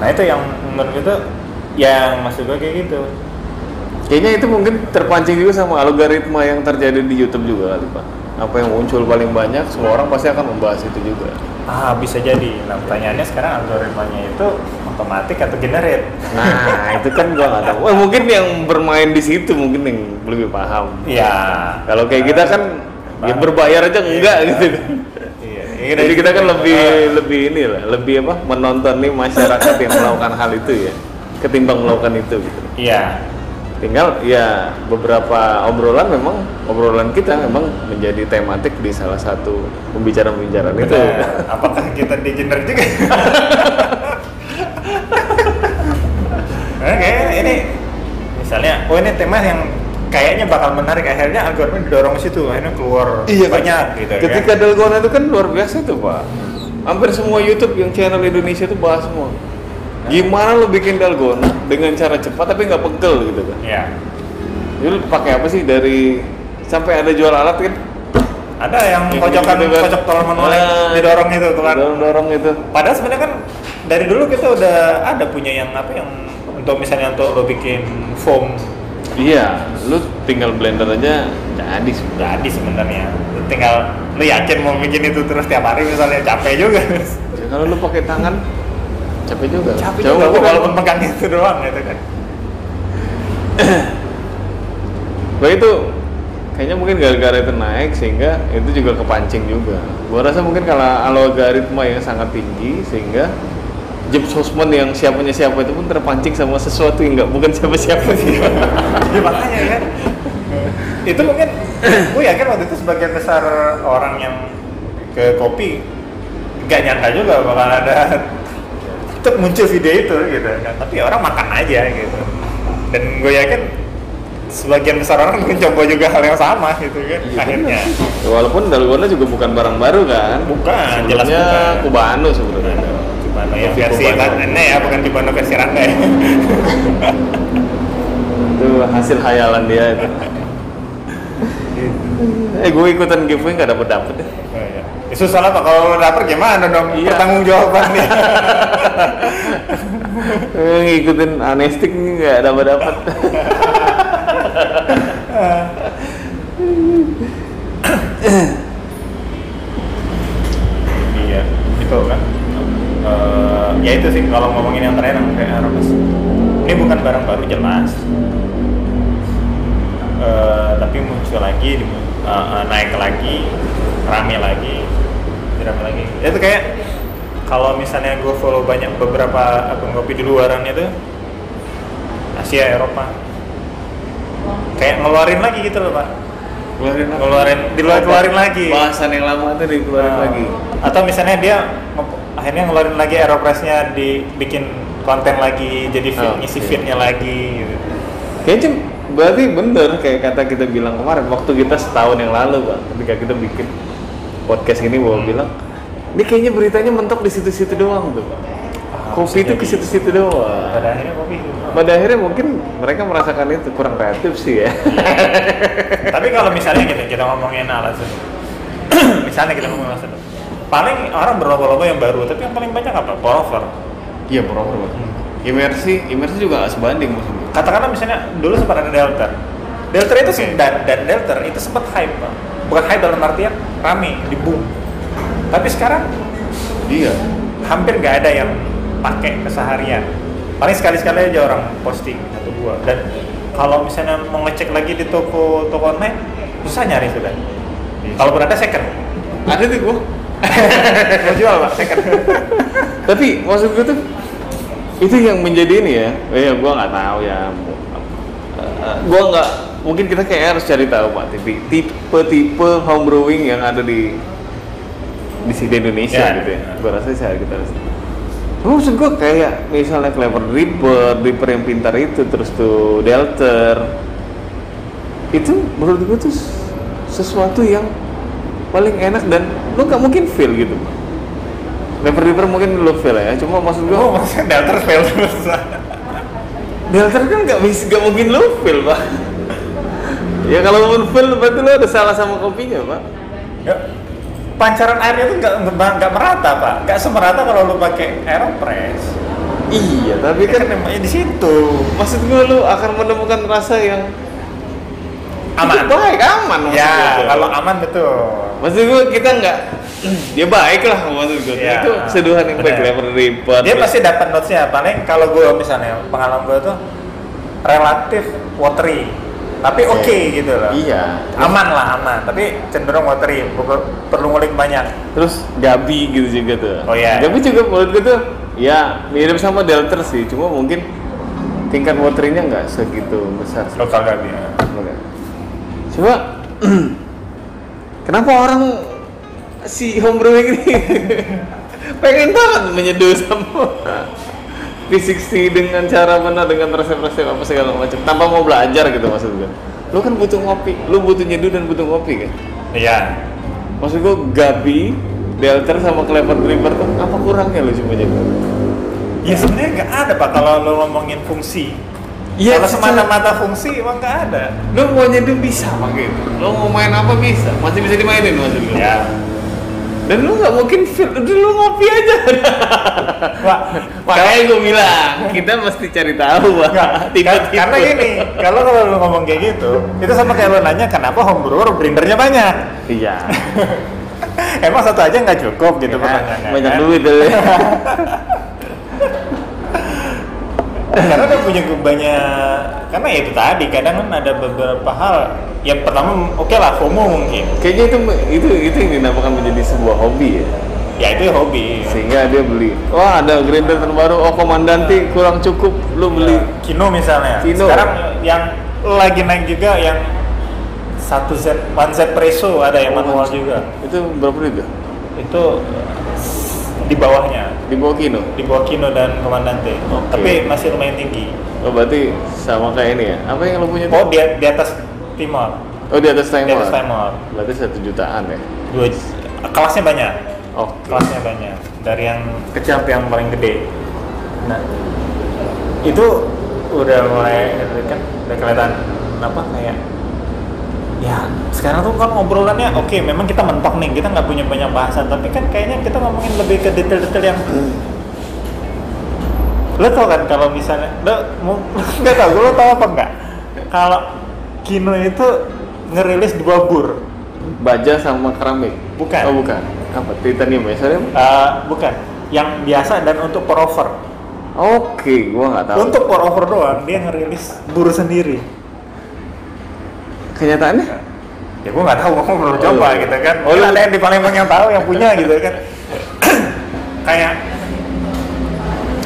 Speaker 2: nah itu yang menurut itu yang maksud gue kayak gitu
Speaker 1: Kayaknya itu mungkin terpancing juga sama algoritma yang terjadi di YouTube juga kali Pak. Apa yang muncul paling banyak, semua orang pasti akan membahas itu juga.
Speaker 2: ah bisa jadi nah pertanyaannya sekarang algoritmanya itu otomatik atau generate
Speaker 1: Nah, itu kan gua nggak tahu. Wah, mungkin yang bermain di situ mungkin yang lebih paham.
Speaker 2: ya
Speaker 1: Iya. Kalau kayak kita kan yang berbayar aja enggak gitu.
Speaker 2: iya Iya,
Speaker 1: Jadi kita kan lebih lebih ini lah, lebih apa? Menonton nih masyarakat yang melakukan hal itu ya, ketimbang melakukan itu gitu.
Speaker 2: iya
Speaker 1: Tinggal ya beberapa obrolan memang obrolan kita memang menjadi tematik di salah satu pembicaraan-pembicaraan itu.
Speaker 2: Benar. Iya, apakah kita degenerate juga oke ini misalnya oh ini tema yang kayaknya bakal menarik akhirnya algoritma didorong ke situ akhirnya keluar banyak gitu kan.
Speaker 1: Iya, Ketika Dalgona itu kan luar biasa tuh pak. Hampir semua YouTube yang channel Indonesia itu bahas semua. Gimana lo bikin Dalgona dengan cara cepat tapi nggak pegel gitu kan?
Speaker 2: ya
Speaker 1: Jadi lo pakai apa sih dari sampai ada jual alat kan?
Speaker 2: ada yang
Speaker 1: Yang
Speaker 2: kocokan
Speaker 1: gitu kan.
Speaker 2: kocok tolong menoleh
Speaker 1: Ah,
Speaker 2: didorong itu kan? keluar
Speaker 1: Dorong dorong itu.
Speaker 2: Padahal sebenarnya kan dari dulu kita udah ada punya yang apa yang untuk misalnya untuk lo bikin foam
Speaker 1: Iya, lu tinggal blender aja jadi
Speaker 2: udah ada sebenarnya. Tinggal lo yakin mau bikin itu terus tiap hari misalnya capek juga.
Speaker 1: Ya, kalau lu pakai tangan capek juga.
Speaker 2: capek
Speaker 1: Coba
Speaker 2: juga kan.
Speaker 1: gua
Speaker 2: walaupun pegang itu doang gitu kan.
Speaker 1: Gua itu kayaknya mungkin gara-gara itu naik sehingga itu juga kepancing juga. Gua rasa mungkin kalau algoritma yang sangat tinggi sehingga James Hosman yang siapanya siapa itu pun terpancing sama sesuatu yang nggak bukan siapa-siapa sih.
Speaker 2: Ya, makanya kan. itu mungkin gue yakin waktu itu sebagian besar orang yang ke kopi gak nyangka juga bakal ada tetap muncul video itu gitu kan. tapi orang makan aja gitu dan gue yakin sebagian besar orang mencoba juga hal yang sama gitu kan akhirnya
Speaker 1: Walaupun Dalgona juga bukan barang baru kan?
Speaker 2: Bukan, jelas
Speaker 1: Sebelumnya
Speaker 2: bukan.
Speaker 1: Cubano sebenarnya.
Speaker 2: Cubano yang
Speaker 1: Kopi
Speaker 2: versi
Speaker 1: Cubano.
Speaker 2: aneh ya bukan Cubano versi Rangga ya
Speaker 1: Itu hasil hayalan dia itu. eh gue ikutan giveaway nggak dapet dapet deh.
Speaker 2: Oh, iya. Ya, susah lah Pak. kalau rapper gimana dong
Speaker 1: Iya.
Speaker 2: pertanggung jawabannya
Speaker 1: Eh, ngikutin anestik nggak dapat dapat
Speaker 2: Iya, itu kan. Eh, ya itu sih kalau ngomongin yang terakhir yang kayak Aramis. Ini bukan barang baru jelas. Eh, tapi muncul lagi, di- eh, eh, naik lagi, rame lagi, rame lagi. Itu kayak kalau misalnya gue follow banyak beberapa akun kopi di luaran itu Asia Eropa kayak ngeluarin lagi gitu loh pak
Speaker 1: keluarin apa?
Speaker 2: ngeluarin dikeluarin keluarin lagi
Speaker 1: bahasan yang lama itu dikeluarin
Speaker 2: Nah,
Speaker 1: lagi
Speaker 2: atau misalnya dia nge- akhirnya ngeluarin lagi aeropressnya dibikin konten lagi jadi feed,
Speaker 1: Oh,
Speaker 2: ngisi
Speaker 1: iya.
Speaker 2: feednya lagi gitu.
Speaker 1: kayaknya berarti bener kayak kata kita bilang kemarin waktu kita setahun yang lalu pak ketika kita bikin podcast ini bahwa bilang ini kayaknya beritanya mentok di situ-situ doang tuh Pak. kopi
Speaker 2: bisa
Speaker 1: itu ke
Speaker 2: jadi.
Speaker 1: situ-situ doang
Speaker 2: Ah, pada akhirnya kopi
Speaker 1: pada akhirnya mungkin mereka merasakan itu kurang kreatif sih ya
Speaker 2: tapi kalau misalnya gitu kita ngomongin alasan misalnya kita ngomongin alasan paling orang berlogo-logo yang baru tapi yang paling banyak apa? Pullover
Speaker 1: iya bro bro imersi imersi juga gak sebanding maksudnya
Speaker 2: katakanlah misalnya dulu sempat ada Delta Delta itu sih dan, dan Delta itu sempat hype Pak. bukan hype dalam artian rame di boom tapi sekarang
Speaker 1: iya
Speaker 2: hampir nggak ada yang pakai keseharian paling sekali-sekali aja orang posting satu dua dan kalau misalnya mau ngecek lagi di toko toko online susah nyari sudah kalau berada second
Speaker 1: ada tuh gua
Speaker 2: mau jual pak second
Speaker 1: tapi maksud gue tuh itu yang menjadi ini ya eh, ya gue nggak tahu ya gue nggak mungkin kita kayaknya harus cari tahu pak tipe tipe tipe home brewing yang ada di di sini Indonesia
Speaker 2: Ya.
Speaker 1: gitu ya gue rasa sih kita harus Cuma maksud gue kayak misalnya clever dripper dripper yang pintar itu terus tuh delter itu menurut gue tuh sesuatu yang paling enak dan lo nggak mungkin feel gitu pak Lever River mungkin lo feel ya, cuma maksud
Speaker 2: oh
Speaker 1: gua
Speaker 2: maksudnya delta fail terus
Speaker 1: Delta kan nggak bisa, nggak mungkin lo feel pak. ya kalau pun feel berarti lo ada salah sama kopinya pak.
Speaker 2: Ya, pancaran airnya tuh nggak nggak nggak merata pak nggak semerata kalau lu pakai aeropress
Speaker 1: Iya, tapi
Speaker 2: ya kan
Speaker 1: kan
Speaker 2: emangnya di situ
Speaker 1: maksud gua lo akan menemukan rasa yang
Speaker 2: Aman.
Speaker 1: Itu baik aman maksud gua
Speaker 2: ya
Speaker 1: tuh.
Speaker 2: kalau aman betul
Speaker 1: maksud gue kita nggak dia baik lah maksud gue
Speaker 2: Ya,
Speaker 1: itu seduhan yang baik
Speaker 2: bener.
Speaker 1: level ribet
Speaker 2: dia pasti dapat notesnya paling kalau gue misalnya pengalaman gue tuh relatif watery tapi oke gitu loh
Speaker 1: iya
Speaker 2: aman lah aman tapi cenderung watery bukan perlu ngulik banyak
Speaker 1: terus Gabi gitu juga tuh
Speaker 2: Oh, iya.
Speaker 1: Gabi juga menurut gue tuh ya mirip sama Delta sih cuma mungkin tingkat waternya nggak segitu besar sih.
Speaker 2: lokal gak ya.
Speaker 1: Semoga. Coba kenapa orang si homebrewing ini pengen banget menyeduh sama P60 dengan cara mana dengan resep-resep apa segala macam tanpa mau belajar gitu maksud gue. Lu kan butuh ngopi, lu butuh nyeduh dan butuh ngopi kan.
Speaker 2: iya
Speaker 1: Maksud gue Gabi, Delter sama Clever Driver tuh apa kurangnya lu cuma nyeduh?
Speaker 2: ya sebenarnya nggak ada pak kalau lo ngomongin fungsi
Speaker 1: Iya,
Speaker 2: kalau
Speaker 1: secara-
Speaker 2: semata-mata fungsi emang nggak ada
Speaker 1: Lu mau nyeduh bisa pakai itu. Lu mau main apa bisa, masih bisa dimainin maksud gue. dan lu nggak mungkin feel udah lu ngopi aja
Speaker 2: Wah,
Speaker 1: makanya gue bilang kita mesti cari tahu
Speaker 2: Nggak,
Speaker 1: Wah,
Speaker 2: kar- karena gini, kalau kalau lu ngomong kayak gitu, itu sama kayak lu nanya kenapa homebrewer blendernya banyak.
Speaker 1: iya
Speaker 2: Emang satu aja nggak cukup gitu pertanyaannya.
Speaker 1: banyak
Speaker 2: kan?
Speaker 1: duit dulu ya.
Speaker 2: Karena udah punya gue banyak, karena ya itu tadi kadang kan ada beberapa hal. Yang pertama oke lah FOMO mungkin,
Speaker 1: kayaknya itu itu itu yang dinamakan menjadi sebuah hobi ya
Speaker 2: ya itu hobi.
Speaker 1: sehingga dia beli wah ada grinder terbaru oh komandanti kurang cukup lu beli
Speaker 2: Kino misalnya.
Speaker 1: Kino.
Speaker 2: Sekarang yang lagi naik juga yang satu set, one set preso ada yang
Speaker 1: Oh,
Speaker 2: manual juga.
Speaker 1: itu berapa juga
Speaker 2: Itu di bawahnya.
Speaker 1: di bawah kino
Speaker 2: di bawah Kino dan Komandante.
Speaker 1: Oke.
Speaker 2: Tapi masih lumayan tinggi.
Speaker 1: oh berarti sama kayak ini ya apa yang lu punya
Speaker 2: Oh
Speaker 1: tuh?
Speaker 2: di, di atas Timor,
Speaker 1: oh di atas
Speaker 2: di
Speaker 1: timer
Speaker 2: atas Timor.
Speaker 1: berarti satu jutaan ya
Speaker 2: Dua, kelasnya banyak,
Speaker 1: oh
Speaker 2: kelasnya banyak. Dari yang kecil sampai yang paling gede. Nah itu udah mulai kan udah kelihatan apa kayak ya sekarang tuh kan ngobrolannya oke memang kita mentok nih kita nggak punya banyak bahasan tapi kan kayaknya kita ngomongin lebih ke detail-detail yang lo tau kan kalau misalnya lo mau- nggak tau lo tau apa enggak kalau Kino itu ngerilis dua bur
Speaker 1: baja sama keramik
Speaker 2: Bukan.
Speaker 1: oh bukan apa titanium ya sorry
Speaker 2: Eh, bukan yang biasa dan untuk pour over
Speaker 1: Oke, gua nggak tahu.
Speaker 2: untuk pour over doang dia ngerilis bur sendiri
Speaker 1: kenyataannya
Speaker 2: ya gue nggak tahu gue belum
Speaker 1: Oh,
Speaker 2: coba
Speaker 1: iya.
Speaker 2: gitu kan
Speaker 1: Oh,
Speaker 2: Mungkin
Speaker 1: lu-
Speaker 2: ada yang di Palembang yang tahu yang punya gitu kan kayak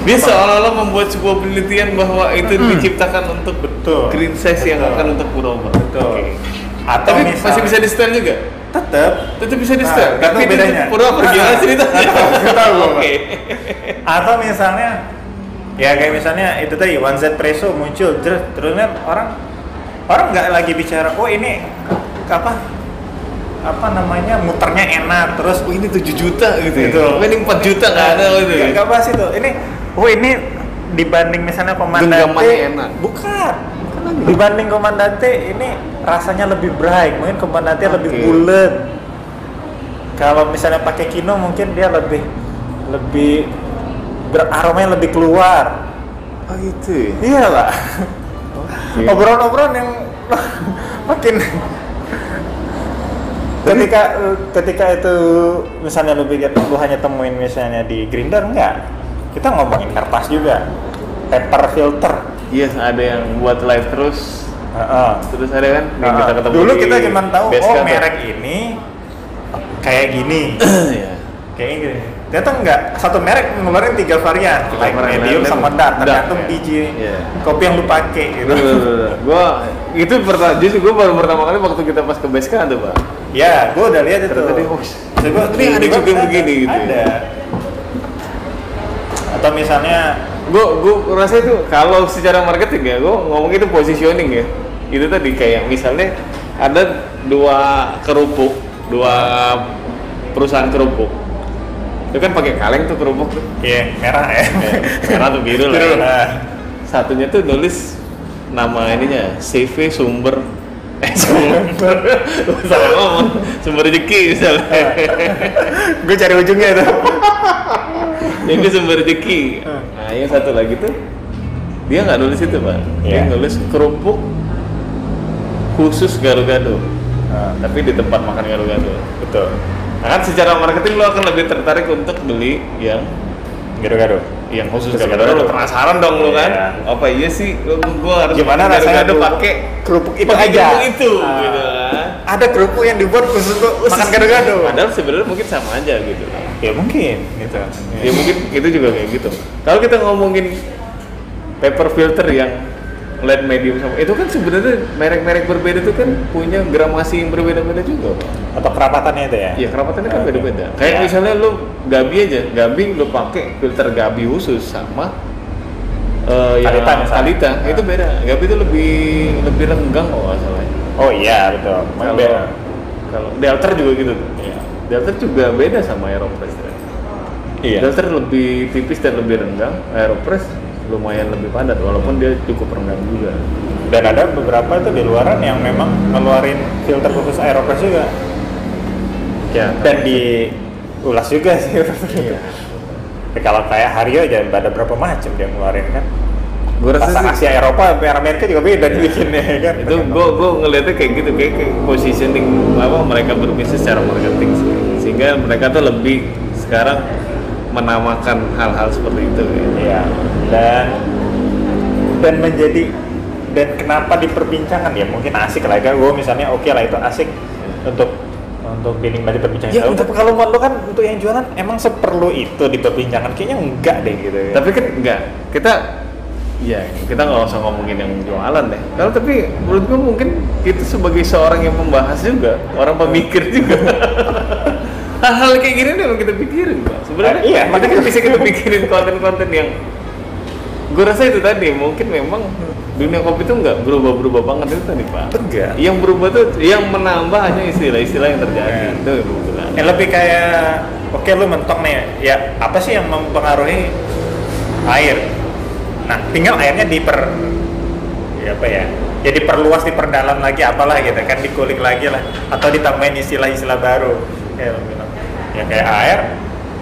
Speaker 1: dia seolah-olah membuat sebuah penelitian bahwa itu diciptakan untuk
Speaker 2: Betul.
Speaker 1: green size yang
Speaker 2: Betul.
Speaker 1: akan untuk puroma.
Speaker 2: betul
Speaker 1: Oke.
Speaker 2: atau
Speaker 1: Tapi
Speaker 2: misalnya-
Speaker 1: masih bisa di setel juga.
Speaker 2: tetap
Speaker 1: Tetap bisa di
Speaker 2: Nah,
Speaker 1: setel.
Speaker 2: nggak tahu
Speaker 1: Tapi itu
Speaker 2: bedanya.
Speaker 1: puroma
Speaker 2: Nah,
Speaker 1: gimana ceritanya?
Speaker 2: nggak tahu, nggak tahu gua, Pak.
Speaker 1: Oke.
Speaker 2: atau misalnya ya kayak misalnya itu tadi one set preso muncul terus terusnya orang orang nggak lagi bicara oh ini apa apa namanya muternya enak terus
Speaker 1: Oh ini 7 juta gitu. ya.
Speaker 2: Gitu.
Speaker 1: Oh, ini 4 juta nggak ada gitu.
Speaker 2: Nggak- nggak bahas itu ini oh ini dibanding misalnya komandante
Speaker 1: Genggamannya enak.
Speaker 2: bukan dibanding komandante ini rasanya lebih bright mungkin komandante
Speaker 1: Oke.
Speaker 2: lebih bulat kalau misalnya pakai kino mungkin dia lebih lebih beraromanya lebih keluar
Speaker 1: Oh gitu. ya?
Speaker 2: iya lah
Speaker 1: Oke.
Speaker 2: obrolan-obrolan yang makin ketika ketika itu misalnya lu pikir lu hanya temuin misalnya di grinder enggak kita ngomongin kertas juga paper filter
Speaker 1: Yes, Iya, ada yang buat live terus
Speaker 2: Heeh.
Speaker 1: terus ada kan yang
Speaker 2: Heeh.
Speaker 1: kita ketemu
Speaker 2: Ah, dulu
Speaker 1: di
Speaker 2: kita cuma tahu
Speaker 1: base
Speaker 2: oh
Speaker 1: camp ya?
Speaker 2: merek ini kayak gini
Speaker 1: Iya.
Speaker 2: kayak gini ternyata enggak satu merek ngeluarin tiga varian
Speaker 1: Tiga
Speaker 2: like
Speaker 1: varian.
Speaker 2: medium sama dark
Speaker 1: Dark,
Speaker 2: tergantung
Speaker 1: ya.
Speaker 2: biji
Speaker 1: Iya.
Speaker 2: kopi yang lu pakai gitu
Speaker 1: gue itu pertama justru gue baru pertama kali waktu kita pas ke base camp tuh pak
Speaker 2: Ya, gua udah lihat itu.
Speaker 1: Ternyata dia host.
Speaker 2: Terus gua-
Speaker 1: Ini ada
Speaker 2: di- di-
Speaker 1: juga begini gitu ya?
Speaker 2: Ada. Atau misalnya
Speaker 1: gue gue rasa itu kalau secara marketing ya gue ngomong itu positioning ya itu tadi kayak misalnya ada dua kerupuk dua perusahaan kerupuk itu kan pakai kaleng tuh kerupuk tuh
Speaker 2: ya merah ya.
Speaker 1: Kayak merah tuh biru lah
Speaker 2: Biru
Speaker 1: ya.
Speaker 2: Nah. lah.
Speaker 1: satunya tuh nulis nama ininya CV sumber eh sumber salah ngomong sumber rezeki misalnya
Speaker 2: Ah. Gue cari ujungnya itu.
Speaker 1: ini sumber rezeki
Speaker 2: Hmm.
Speaker 1: nah yang satu lagi tuh dia nggak nulis itu pak dia
Speaker 2: Iya.
Speaker 1: nulis kerupuk khusus gado-gado
Speaker 2: Nah,
Speaker 1: tapi di tempat makan gado-gado
Speaker 2: betul.
Speaker 1: nah, kan secara marketing lo akan lebih tertarik untuk beli yang
Speaker 2: Gado-gado.
Speaker 1: yang khusus
Speaker 2: Khusus
Speaker 1: gado-gado lo
Speaker 2: gado-gado.
Speaker 1: penasaran dong lo kan
Speaker 2: Iya.
Speaker 1: apa iya sih lo gue harus
Speaker 2: Gimana
Speaker 1: makan
Speaker 2: rasanya
Speaker 1: gado-gado
Speaker 2: kerupuk-
Speaker 1: pakai
Speaker 2: kerupuk itu
Speaker 1: pakai
Speaker 2: aja?
Speaker 1: kerupuk itu
Speaker 2: Ah.
Speaker 1: gitu kan
Speaker 2: Ada kerupuk yang dibuat khusus untuk makan gado-gado.
Speaker 1: padahal sebenarnya mungkin sama aja gitu
Speaker 2: Ya mungkin gitu.
Speaker 1: ya mungkin itu juga kayak gitu kalau kita ngomongin paper filter yang LED medium sama itu kan sebenarnya merek-merek berbeda itu kan punya gramasi yang berbeda-beda juga Pak.
Speaker 2: Atau kerapatannya itu ya?
Speaker 1: ya kerapatannya kan
Speaker 2: Oke.
Speaker 1: beda-beda kayak
Speaker 2: Ya.
Speaker 1: misalnya lu Gabi aja Gabi lu pakai filter Gabi khusus sama eh yang
Speaker 2: Kalita misalnya.
Speaker 1: Kalita
Speaker 2: Ya.
Speaker 1: itu beda Gabi itu lebih lebih renggang kalau nggak salah
Speaker 2: Oh iya betul. Memang
Speaker 1: kalau
Speaker 2: beda.
Speaker 1: kalau Delta juga gitu Delta juga beda sama Aeropress ternyata.
Speaker 2: Iya.
Speaker 1: Filter lebih tipis dan lebih renggang, Aeropress lumayan lebih padat walaupun dia cukup renggang juga.
Speaker 2: Dan ada beberapa itu di luaran yang memang ngeluarin filter khusus aeropress juga.
Speaker 1: Ya.
Speaker 2: Dan diulas juga sih. Iya. kalau kayak Hario aja ada berapa macam dia ngeluarin kan.
Speaker 1: gue rasa
Speaker 2: Pasar
Speaker 1: sih,
Speaker 2: Asia Eropa sampai Amerika juga beda dibikinnya ya kan.
Speaker 1: itu gue gue ngeliatnya kayak gitu kayak, kayak positioning apa mereka berbisnis secara marketing sih. sehingga mereka tuh lebih sekarang menamakan hal-hal seperti itu. ya.
Speaker 2: Iya. Dan dan menjadi dan kenapa diperbincangkan ya mungkin asik lah kan gue misalnya oke lah itu asik untuk untuk dinikmati perbincangan
Speaker 3: Ya,
Speaker 2: tapi kalau buat lo kan untuk yang jualan emang seperlu itu diperbincangkan kayaknya enggak deh gitu ya.
Speaker 1: Tapi kan enggak, kita ya kita nggak usah ngomongin yang jualan deh. Kalau tapi menurut gue mungkin itu sebagai seorang yang membahas juga, orang pemikir juga. Hal-hal kayak gini nih yang kita pikirin, Pak. Sebenarnya
Speaker 2: Ah, iya,
Speaker 1: kita kan
Speaker 2: makanya.
Speaker 1: bisa kita pikirin konten-konten yang gue rasa itu tadi mungkin memang dunia kopi itu nggak berubah-berubah banget itu tadi pak
Speaker 2: Enggak.
Speaker 1: yang berubah tuh yang menambah hanya istilah-istilah yang terjadi
Speaker 2: Iya.
Speaker 1: itu yang berubah.
Speaker 2: Eh, lebih kayak oke lu mentok nih ya apa sih yang mempengaruhi air nah tinggal airnya diper ya apa ya ya diperluas diperdalam lagi apalah gitu kan dikulik lagi lah atau ditambahin istilah-istilah baru ya, lu bilang. ya kayak air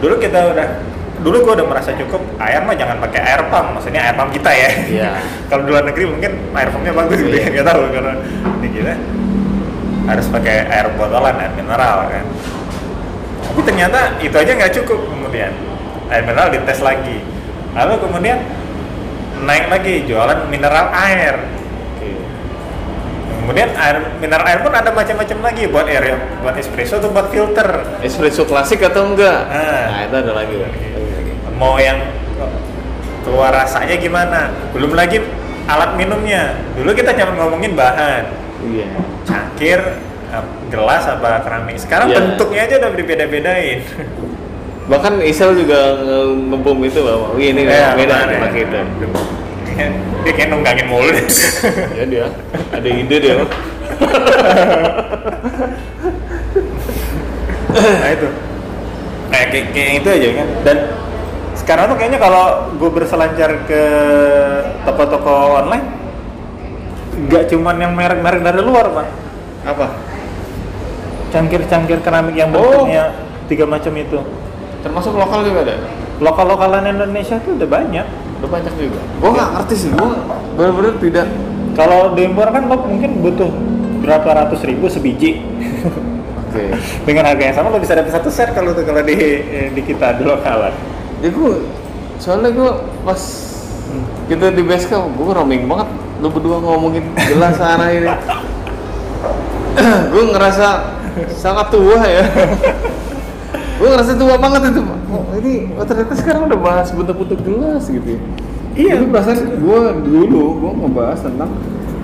Speaker 2: dulu kita udah dulu gua udah merasa cukup air mah jangan pakai air pump maksudnya air pump kita ya
Speaker 1: Iya.
Speaker 2: kalau di luar negeri mungkin air pumpnya bagus gitu ya
Speaker 1: Iya.
Speaker 2: nggak tahu karena di kita harus pakai air botolan air mineral kan tapi ternyata itu aja nggak cukup kemudian air mineral dites lagi lalu kemudian naik lagi jualan mineral air
Speaker 1: Oke.
Speaker 2: kemudian air mineral air pun ada macam-macam lagi buat air yang- buat espresso atau buat filter
Speaker 1: espresso klasik atau enggak?
Speaker 2: Ah.
Speaker 1: Nah, itu ada lagi.
Speaker 2: mau yang keluar rasanya gimana belum lagi alat minumnya dulu kita cuma ngomongin bahan
Speaker 1: Iya.
Speaker 2: cangkir eh, gelas apa keramik sekarang
Speaker 1: Iya.
Speaker 2: bentuknya aja udah beda-bedain
Speaker 1: Bahkan Isel juga nge- ngebom itu bahwa "Wih, ini
Speaker 2: Iya,
Speaker 1: beda
Speaker 2: kemarin.
Speaker 1: pakai itu.
Speaker 2: dia kayak nunggangin mulu
Speaker 1: Ya dia, ada ide dia. Bang.
Speaker 2: nah itu nah, kayak, kayak itu aja kan dan sekarang tuh kayaknya kalau gue berselancar ke toko-toko online nggak cuman yang merek-merek dari luar pak
Speaker 1: Apa?
Speaker 2: cangkir-cangkir keramik yang
Speaker 1: Oh.
Speaker 2: bentuknya tiga macam itu
Speaker 1: Termasuk lokal juga ada?
Speaker 2: lokal-lokalan Indonesia tuh udah banyak
Speaker 1: Udah banyak juga. Gua nggak ngerti sih, gua bener-bener tidak
Speaker 2: kalau di impor kan lo mungkin butuh berapa ratus ribu sebiji
Speaker 1: Oke.
Speaker 2: dengan harga yang sama lo bisa dapat satu set kalau tuh kalau di eh, di kita di lokalan
Speaker 1: Ya gua soalnya gua pas Hmm. kita di base camp, gua roaming banget lu berdua ngomongin jelas arah ini. gua ngerasa sangat tua ya. gua ngerasa tua banget itu. Pak. Oh, ini oh, ternyata sekarang udah bahas bentuk-bentuk gelas gitu ya.
Speaker 2: Iya.
Speaker 1: Jadi perasaan gua dulu gua ngebahas tentang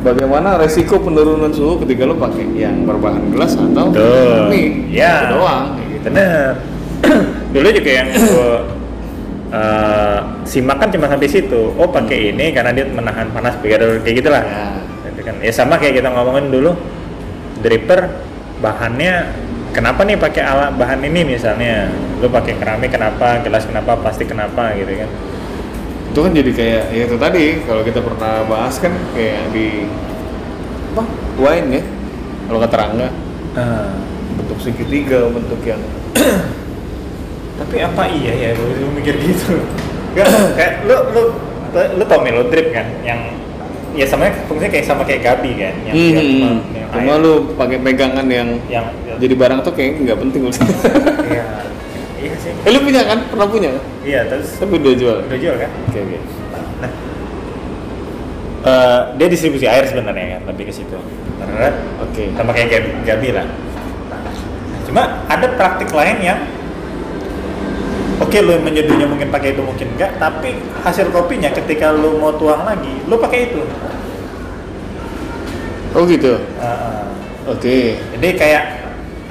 Speaker 1: bagaimana resiko penurunan suhu ketika lu pakai yang berbahan gelas atau
Speaker 2: Betul.
Speaker 1: ini
Speaker 2: Ya.
Speaker 1: doang. gitu.
Speaker 2: Bener. Dulu juga yang gue eh, simak kan cuma sampai situ. Oh pakai ini karena dia menahan panas begitu kayak gitulah.
Speaker 1: Ya.
Speaker 2: Itu kan ya sama kayak kita ngomongin dulu dripper bahannya kenapa nih pakai alat bahan ini misalnya lu pakai keramik kenapa gelas kenapa plastik kenapa gitu kan
Speaker 1: itu kan jadi kayak ya itu tadi kalau kita pernah bahas kan kayak di apa wine ya kalau kata Rangga bentuk segitiga bentuk yang
Speaker 2: tapi apa iya ya lu, lu mikir gitu Gak, kayak lu lu lu tau Melo Drip kan yang ya sama fungsinya kayak sama kayak Gabi kan yang, dia
Speaker 1: Hmm.
Speaker 2: cuma- yang
Speaker 1: Cuma Ya.
Speaker 2: Ayo.
Speaker 1: lu pakai pegangan yang
Speaker 2: yang
Speaker 1: jadi barang tuh kayaknya nggak penting. lu.
Speaker 2: iya iya sih
Speaker 1: eh lu punya kan? Pernah punya? kan?
Speaker 2: iya terus
Speaker 1: Tapi udah jual.
Speaker 2: udah jual kan
Speaker 1: Oke oke.
Speaker 2: Eh, dia distribusi air sebenarnya kan lebih ke situ Teret,
Speaker 1: Oke.
Speaker 2: sama kayak Gabi, Gabi lah cuma ada praktik lain yang oke lu menyeduhnya mungkin pakai itu mungkin enggak tapi hasil kopinya ketika lu mau tuang lagi lu pakai itu
Speaker 1: Oh gitu.
Speaker 2: Eh, eh.
Speaker 1: Oke.
Speaker 2: jadi kayak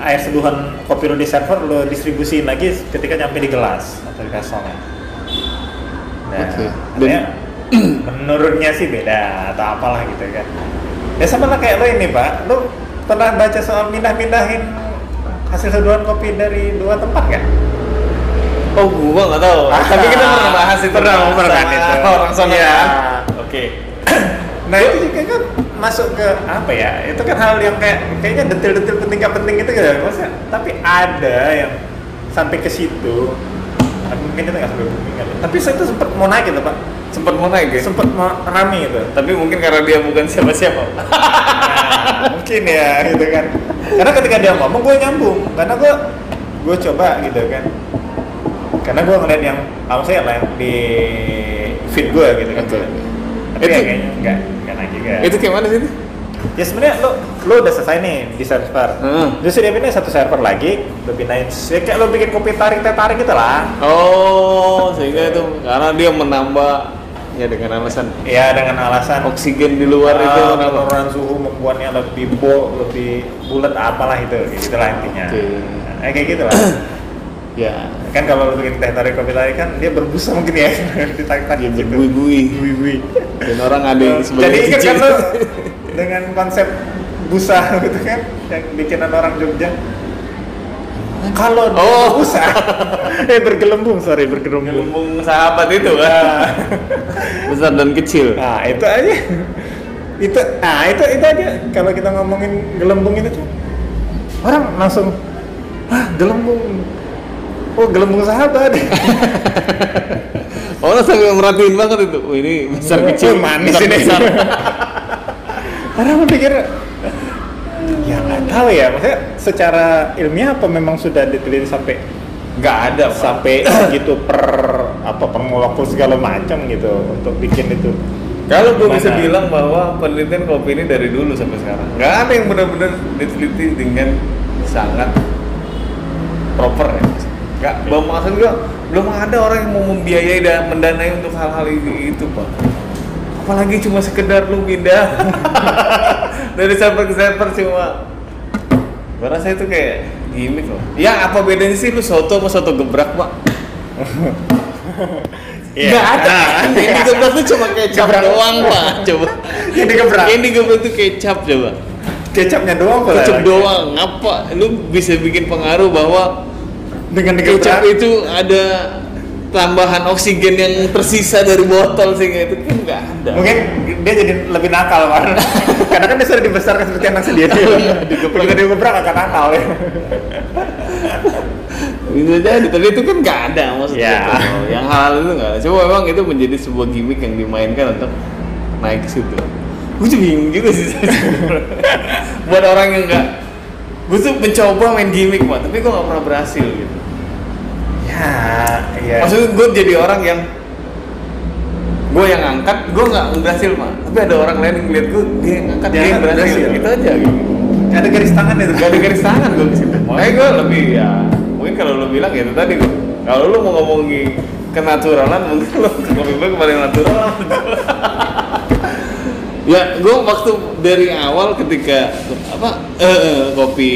Speaker 2: air seduhan kopi lu di server lu distribusiin lagi ketika nyampe di gelas atau di kasongnya nah,
Speaker 1: Oke.
Speaker 2: artinya menurutnya sih beda atau apalah gitu kan ya sama lah kayak lo ini pak lo pernah baca soal pindah-pindahin hasil seduhan kopi dari dua tempat nggak?
Speaker 1: Oh gua nggak tahu. Tapi kita pernah bahas itu.
Speaker 2: Ah, pernah pernah
Speaker 1: sama
Speaker 2: itu
Speaker 1: Orang sana
Speaker 2: Iya.
Speaker 1: kan?
Speaker 2: oke nah itu juga kan masuk ke apa ya itu kan hal yang kayak kayaknya detail-detail penting gak penting gitu kan maksudnya tapi ada yang sampai ke situ tapi mungkin kita nggak sampai booming kali. tapi saya itu sempat mau naik gitu pak
Speaker 1: Sempet mau naik ya.
Speaker 2: sempat mau rame gitu
Speaker 1: Tapi mungkin karena dia bukan siapa-siapa.
Speaker 2: Nah, mungkin ya gitu kan karena ketika dia ngomong gue nyambung karena gue gue coba gitu kan karena gue ngeliat yang apa saya lah yang di feed gue gitu kan
Speaker 1: Oke.
Speaker 2: tapi ya
Speaker 1: Itu-
Speaker 2: kayaknya enggak enggak naik juga
Speaker 1: Itu kayak mana sih? itu?
Speaker 2: ya sebenarnya lo lo udah selesai nih di server
Speaker 1: Heeh.
Speaker 2: terus dia pindahin satu server lagi lo pindahin ya kayak lo bikin kopi tarik teh tarik gitu lah
Speaker 1: Oh, sehingga itu karena dia menambah ya dengan alasan
Speaker 2: ya dengan alasan
Speaker 1: oksigen di luar itu
Speaker 2: Ah,
Speaker 1: menambah.
Speaker 2: penurunan suhu membuatnya lebih bo, lebih bulat apalah itu gitu lah intinya
Speaker 1: Oke.
Speaker 2: Nah, kayak gitu lah
Speaker 1: Ya,
Speaker 2: kan kalau lu bikin teh tarik kopi tarik kan dia berbusa mungkin ya ditarik tarik
Speaker 1: dia
Speaker 2: gitu
Speaker 1: berbui-bui
Speaker 2: bui
Speaker 1: dan orang ada yang
Speaker 2: jadi
Speaker 1: sebagai
Speaker 2: ingat kan lu dengan konsep busa gitu kan yang bikinan orang Jogja kalau dia
Speaker 1: Oh.
Speaker 2: berbusa eh bergelembung sorry bergelembung
Speaker 1: gelembung sahabat itu kan
Speaker 2: Nah,
Speaker 1: besar dan kecil
Speaker 2: Nah, itu aja. itu ah itu itu aja kalau kita ngomongin gelembung itu tuh orang langsung ah gelembung oh gelembung sahabat
Speaker 1: orang sampai merhatiin banget itu Wih, ini besar
Speaker 2: Oh,
Speaker 1: kecil
Speaker 2: manis
Speaker 1: besar,
Speaker 2: ini.
Speaker 1: besar.
Speaker 2: orang berpikir ya nggak tahu ya maksudnya secara ilmiah apa memang sudah diteliti sampai
Speaker 1: nggak ada Pak.
Speaker 2: sampai gitu per apa pengelola segala macam gitu untuk bikin itu
Speaker 1: kalau gue bisa
Speaker 2: Gimana?
Speaker 1: bilang bahwa penelitian kopi ini dari dulu sampai sekarang nggak ada yang benar-benar diteliti dengan sangat proper ya nggak belum maksud gue belum ada orang yang mau membiayai dan mendanai untuk hal-hal ini itu pak apalagi cuma sekedar lu pindah dari server ke server cuma gue rasa itu kayak gimmick loh ya apa bedanya sih lu soto sama soto gebrak pak
Speaker 2: Iya.
Speaker 1: Nggak ada. Yang digebrak tuh cuma kecap
Speaker 2: Gebrak.
Speaker 1: Nah. doang, Pak. Coba.
Speaker 2: Yang digebrak.
Speaker 1: Yang digebrak tuh kecap coba.
Speaker 2: kecapnya doang kalau
Speaker 1: Kecap doang. Ngapa lu bisa bikin pengaruh bahwa
Speaker 2: dengan
Speaker 1: kecap
Speaker 2: digebrak
Speaker 1: itu ada tambahan oksigen yang tersisa dari botol sehingga itu kan nggak ada.
Speaker 2: mungkin dia jadi lebih nakal kan karena kan dia sudah dibesarkan seperti anak sendiri
Speaker 1: Iya,
Speaker 2: digebrak dia gebrak agak nakal ya
Speaker 1: Bisa jadi, tapi itu kan nggak ada maksudnya.
Speaker 2: Ya.
Speaker 1: tuh. Yang hal itu nggak ada. Coba emang itu menjadi sebuah gimmick yang dimainkan untuk naik ke situ. Gue juga bingung juga sih. Buat orang yang nggak, gue tuh mencoba main gimmick mah, tapi gue nggak pernah berhasil gitu.
Speaker 2: ya iya
Speaker 1: Maksudnya gue jadi orang yang gue yang angkat, gue nggak berhasil mah. Tapi ada orang lain yang ngeliat gue, dia yang angkat, dia
Speaker 2: Dia
Speaker 1: yang berhasil.
Speaker 2: berhasil.
Speaker 1: Itu aja gitu.
Speaker 2: ada garis tangan itu
Speaker 1: Gak ada garis tangan gue ke situ. Makanya gue lebih ya mungkin kalau lu bilang ya itu tadi gue. Kalau lu mau ngomongin kenaturalan mungkin lu lebih baik kemarin natural. ya gue waktu dari awal ketika apa eh, eh, kopi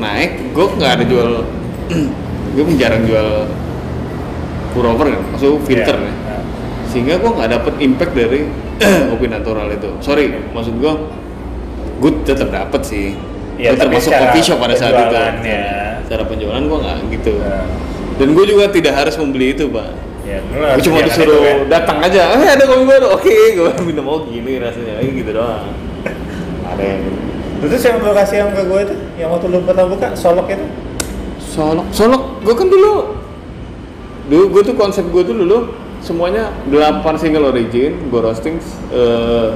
Speaker 1: naik gue nggak ada jual gue jarang jual purover kan maksud filter ya
Speaker 2: Iya.
Speaker 1: sehingga gue nggak dapet impact dari kopi natural itu sorry maksud gue gue tetap dapet sih
Speaker 2: Iya,
Speaker 1: Gua
Speaker 2: tapi
Speaker 1: termasuk
Speaker 2: secara
Speaker 1: coffee shop pada saat itu
Speaker 2: penjualannya.
Speaker 1: cara penjualan gue nggak gitu
Speaker 2: Nah,
Speaker 1: dan gue juga tidak harus membeli itu pak
Speaker 2: ya, lu
Speaker 1: gue
Speaker 2: harus
Speaker 1: cuma
Speaker 2: kerjakan
Speaker 1: disuruh
Speaker 2: itu, kan.
Speaker 1: datang aja eh ada kopi baru oke gue minum oh gini rasanya Eh, gitu doang ada yang
Speaker 2: terus yang lu kasih yang ke gue itu yang waktu lu pernah buka solok itu
Speaker 1: solok solok gue kan dulu dulu gue tuh konsep gue tuh dulu semuanya 8 single origin gue roasting eh,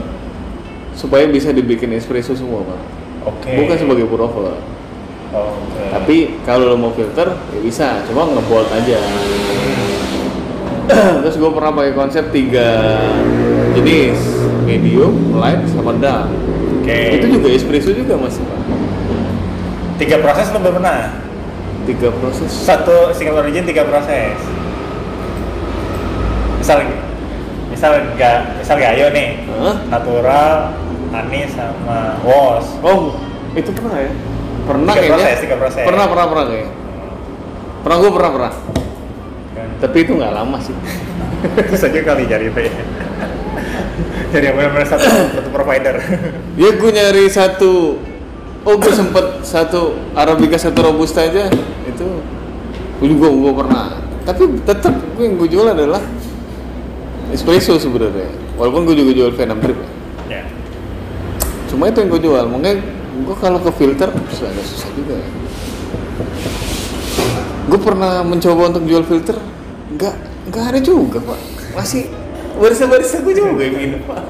Speaker 1: supaya bisa dibikin espresso semua pak
Speaker 2: Oke.
Speaker 1: bukan sebagai prover
Speaker 2: Oke.
Speaker 1: tapi kalau lo mau filter ya bisa cuma ngebold aja terus gue pernah pakai konsep tiga jenis medium light sama dark
Speaker 2: Oke.
Speaker 1: itu juga espresso juga mas
Speaker 2: Tiga proses lo belum pernah.
Speaker 1: tiga proses
Speaker 2: Satu single origin tiga proses. Misal misal gak misal gayo nih.
Speaker 1: Hah?
Speaker 2: Natural, anis sama wash.
Speaker 1: oh itu pernah ya pernah
Speaker 2: Tiga
Speaker 1: kayaknya
Speaker 2: proses, tiga proses.
Speaker 1: pernah pernah pernah kayaknya pernah gue pernah pernah tapi itu nggak lama sih
Speaker 2: Terus aja kali cari itu ya. Jadi yang benar-benar satu, satu provider.
Speaker 1: ya gue nyari satu oh gue sempet satu arabica satu robusta aja itu dulu gue gue pernah tapi tetap gue yang gue jual adalah espresso sebenarnya walaupun gue juga jual venom drip ya.
Speaker 2: ya.
Speaker 1: cuma itu yang gue jual makanya gue kalau ke filter terus agak susah juga ya gue pernah mencoba untuk jual filter nggak nggak ada juga pak masih barista barista gue juga yang minum pak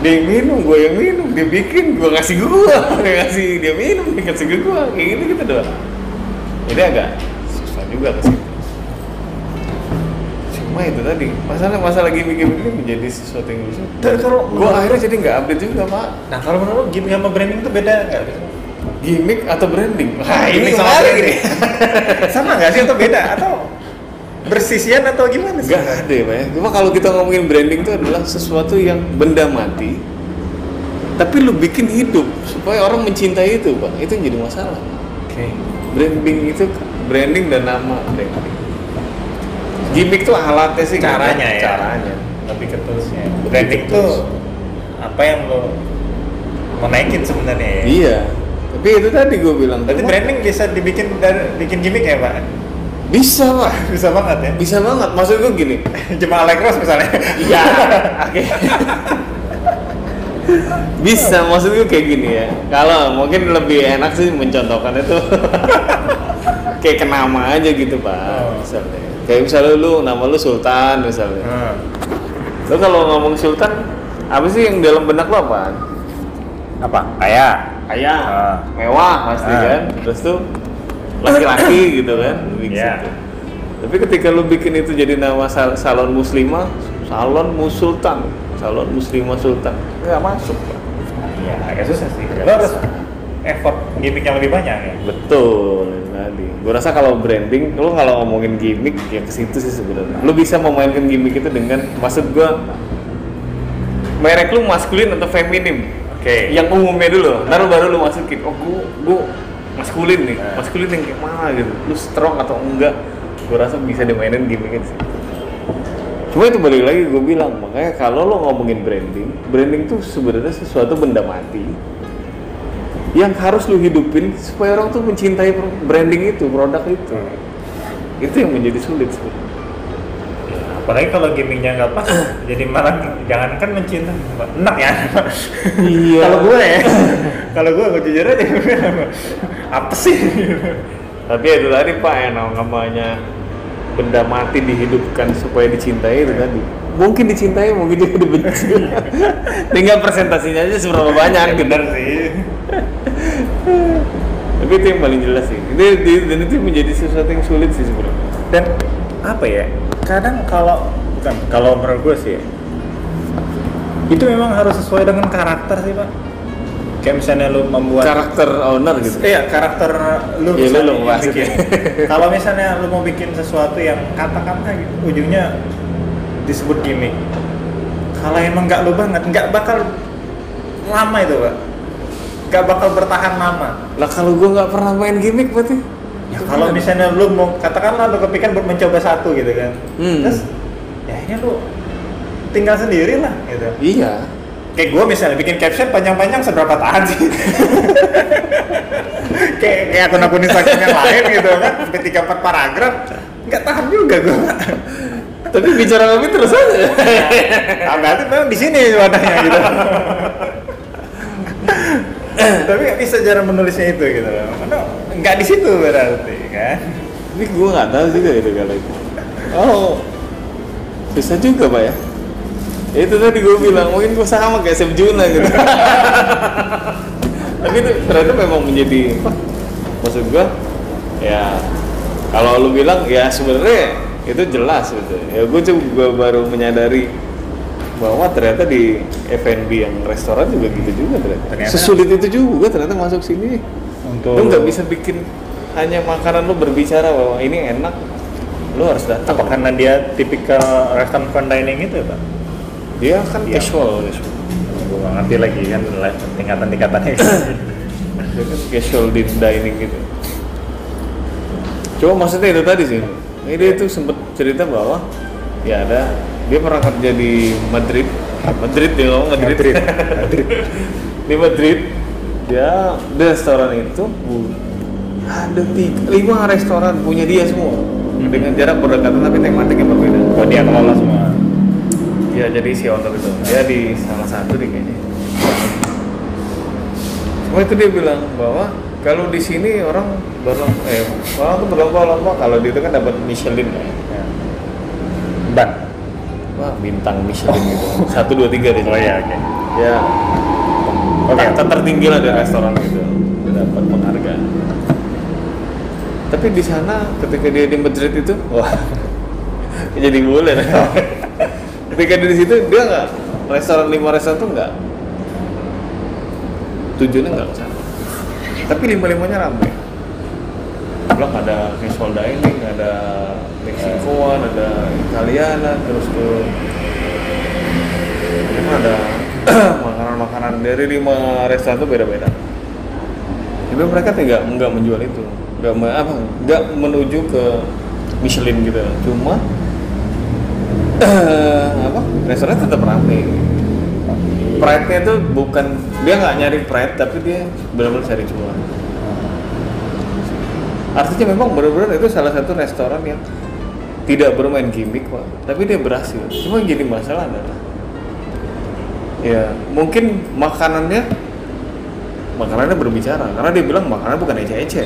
Speaker 1: dia yang minum gue yang minum dia bikin gue ngasih ke gue dia ngasih dia minum dia ngasih ke gue kayak gitu gitu doang jadi agak susah juga ke situ cuma itu tadi masalah masalah gimmick gimmick ini menjadi sesuatu yang lucu
Speaker 2: Tapi kalau-
Speaker 1: gue akhirnya jadi nggak update juga pak
Speaker 2: Nah kalau menurut lo gimmick sama branding itu beda nggak?
Speaker 1: gimmick atau branding
Speaker 2: Nah, ini sama
Speaker 1: menarik
Speaker 2: branding.
Speaker 1: nih.
Speaker 2: sama nggak sih atau beda atau bersisian atau gimana sih?
Speaker 1: Gak ada ya, Pak, ya. Cuma kalau kita ngomongin branding itu adalah sesuatu yang benda mati, tapi lu bikin hidup supaya orang mencintai itu, Pak. Itu yang jadi masalah.
Speaker 2: Oke.
Speaker 1: Branding itu branding dan nama branding. Gimmick tuh alatnya sih,
Speaker 2: Caranya
Speaker 1: kan?
Speaker 2: ya.
Speaker 1: Caranya.
Speaker 2: Lebih ke toolsnya.
Speaker 1: Lebih
Speaker 2: Branding
Speaker 1: ke tools.
Speaker 2: tuh apa yang lo mau naikin sebenarnya? ya?
Speaker 1: Iya. Tapi itu tadi gue bilang.
Speaker 2: Berarti
Speaker 1: cuma
Speaker 2: branding bisa dibikin dari bikin gimmick ya pak?
Speaker 1: Bisa, Pak.
Speaker 2: Bisa banget ya.
Speaker 1: Bisa banget. Maksud gue gini.
Speaker 2: Cuma Alec Ross misalnya.
Speaker 1: Iya. Oke. Bisa, maksud gue kayak gini ya. Kalau mungkin lebih enak sih mencontohkan itu kayak ke nama aja gitu
Speaker 2: Oh.
Speaker 1: pak. Misalnya. Kayak misalnya lu nama lu Sultan misalnya.
Speaker 2: Hmm.
Speaker 1: Lu kalau ngomong Sultan, apa sih yang dalam benak lu apaan?
Speaker 2: Apa? Ayah.
Speaker 1: Kaya,
Speaker 2: Ah.
Speaker 1: mewah pasti
Speaker 2: Ah.
Speaker 1: kan. Terus tuh laki-laki gitu kan. Mix
Speaker 2: Iya.
Speaker 1: itu. Tapi ketika lu bikin itu jadi nama sal- salon muslimah, salon musultan, salon muslimah sultan, nggak masuk. Pak.
Speaker 2: Iya, agak susah sih. Lo harus effort gimmick yang lebih banyak ya.
Speaker 1: Iya, Betul, tadi. Gue rasa kalau branding, lu kalau ngomongin gimmick ya ke situ sih sebenarnya. Lu bisa memainkan gimmick itu dengan maksud gua merek lu maskulin atau feminim. Ya
Speaker 2: Oke.
Speaker 1: Yang umumnya dulu, ntar baru lu masukin. Oh, gua gua maskulin nih.
Speaker 2: Nah.
Speaker 1: Maskulin yang kayak mana gitu. Lu strong atau enggak? Gue rasa bisa dimainin gimmick sih. Cuma itu balik lagi gue bilang, makanya kalau lo ngomongin branding, branding tuh sebenarnya sesuatu benda mati yang harus lu hidupin supaya orang tuh mencintai pro- branding itu, produk itu. Itu yang menjadi sulit sebenarnya.
Speaker 2: Apalagi kalau gamingnya nggak pas, jadi malah jangankan mencinta, enak ya.
Speaker 1: Iya.
Speaker 2: kalau gue ya, kalau gue gue jujur aja, apa sih?
Speaker 1: Tapi ya itu tadi Pak, yang namanya benda mati dihidupkan supaya dicintai itu tadi. Mungkin dicintai, mungkin juga dibenci. Tinggal presentasinya aja seberapa banyak
Speaker 2: Ya,
Speaker 1: gitu.
Speaker 2: bener sih.
Speaker 1: Tapi itu yang paling jelas sih. Ini di- dan itu menjadi sesuatu yang sulit sih sebenarnya.
Speaker 2: Dan apa ya? Kadang kalau bukan kalau menurut gue sih, itu memang harus sesuai dengan karakter sih pak. Kayak misalnya lu membuat
Speaker 1: Karakter owner gitu.
Speaker 2: Iya karakter lu
Speaker 1: Iya,
Speaker 2: misalnya
Speaker 1: lu
Speaker 2: yang
Speaker 1: bahas
Speaker 2: bikin. Kalau misalnya lu mau bikin sesuatu yang kata-kata gitu, ujungnya disebut gimmick. Kalau emang nggak lu banget, nggak bakal lama itu pak. Nggak bakal bertahan lama.
Speaker 1: Lah kalau gua nggak pernah main gimmick berarti.
Speaker 2: Ya, kalau misalnya lu mau katakanlah lu kepikiran buat mencoba satu gitu kan,
Speaker 1: Hmm.
Speaker 2: terus ya ini lu tinggal sendiri lah gitu.
Speaker 1: Iya.
Speaker 2: Kayak gue misalnya bikin caption panjang-panjang seberapa tahan sih? kayak kayak akun-akun Instagram yang lain gitu kan, sampai tiga empat paragraf, nggak tahan juga gue.
Speaker 1: Tapi bicara kami terus aja.
Speaker 2: Nah, berarti memang di sini wadahnya gitu. Tapi nggak bisa cara menulisnya itu gitu. Karena nggak di situ berarti kan.
Speaker 1: Ini gue nggak tahu juga itu kalau itu. Oh, susah juga pak ya. Ya Itu tadi gue bilang mungkin gue sama kayak Sep Juna gitu. tapi itu ternyata memang menjadi apa maksud gua ya kalau lu bilang ya sebenarnya itu jelas gitu ya gua cuma gua baru menyadari bahwa ternyata di F&B yang restoran juga gitu juga ternyata,
Speaker 2: Ternyata.
Speaker 1: sesulit itu juga ternyata masuk sini
Speaker 2: Untuk-
Speaker 1: lu nggak bisa bikin hanya makanan lu berbicara bahwa ini enak lu harus datang
Speaker 2: Apa kan? karena dia tipikal restaurant fine dining itu ya, Pak?
Speaker 1: dia kan
Speaker 2: Iya.
Speaker 1: casual casual
Speaker 2: Gue nggak ngerti lagi kan tingkatan-tingkatannya.
Speaker 1: Dia kan casual di dining gitu cuma maksudnya itu tadi sih ini dia
Speaker 2: Iya.
Speaker 1: tuh sempet cerita bahwa ya ada dia pernah kerja di Madrid Madrid dia ngomong Madrid,
Speaker 2: Madrid. Madrid.
Speaker 1: di Madrid dia di restoran itu bu- ada tiga, lima restoran punya dia semua
Speaker 2: Hmm.
Speaker 1: dengan jarak berdekatan tapi tematiknya berbeda
Speaker 2: Kok dia kelola semua?
Speaker 1: ya jadi si owner itu dia di salah satu deh kayaknya cuma itu dia bilang bahwa kalau di sini orang berlomba eh orang tuh berlomba-lomba kalau di itu kan dapat Michelin ya.
Speaker 2: Ban.
Speaker 1: Wah, bintang Michelin gitu satu dua tiga deh
Speaker 2: Oh iya, oke.
Speaker 1: ya
Speaker 2: Oke.
Speaker 1: tak tertinggi lah dari restoran gitu dia dapat penghargaan tapi di sana ketika dia di Madrid itu wah jadi boleh ketika dia di situ dia nggak restoran lima restoran tuh nggak tujuannya nggak kesana tapi lima limanya ramai blok ada casual dining ada Meksikoan ada Italiana terus ke Ini ada makanan-makanan dari lima restoran itu beda-beda tapi mereka tidak nggak menjual itu nggak me- apa nggak menuju ke Michelin gitu cuma apa restoran tetap ramai pride-nya itu bukan dia nggak nyari pride tapi dia benar-benar cari jualan artinya memang benar-benar itu salah satu restoran yang tidak bermain gimmick pak tapi dia berhasil cuma yang jadi masalah adalah ya mungkin makanannya makanannya berbicara karena dia bilang makanan bukan ece-ece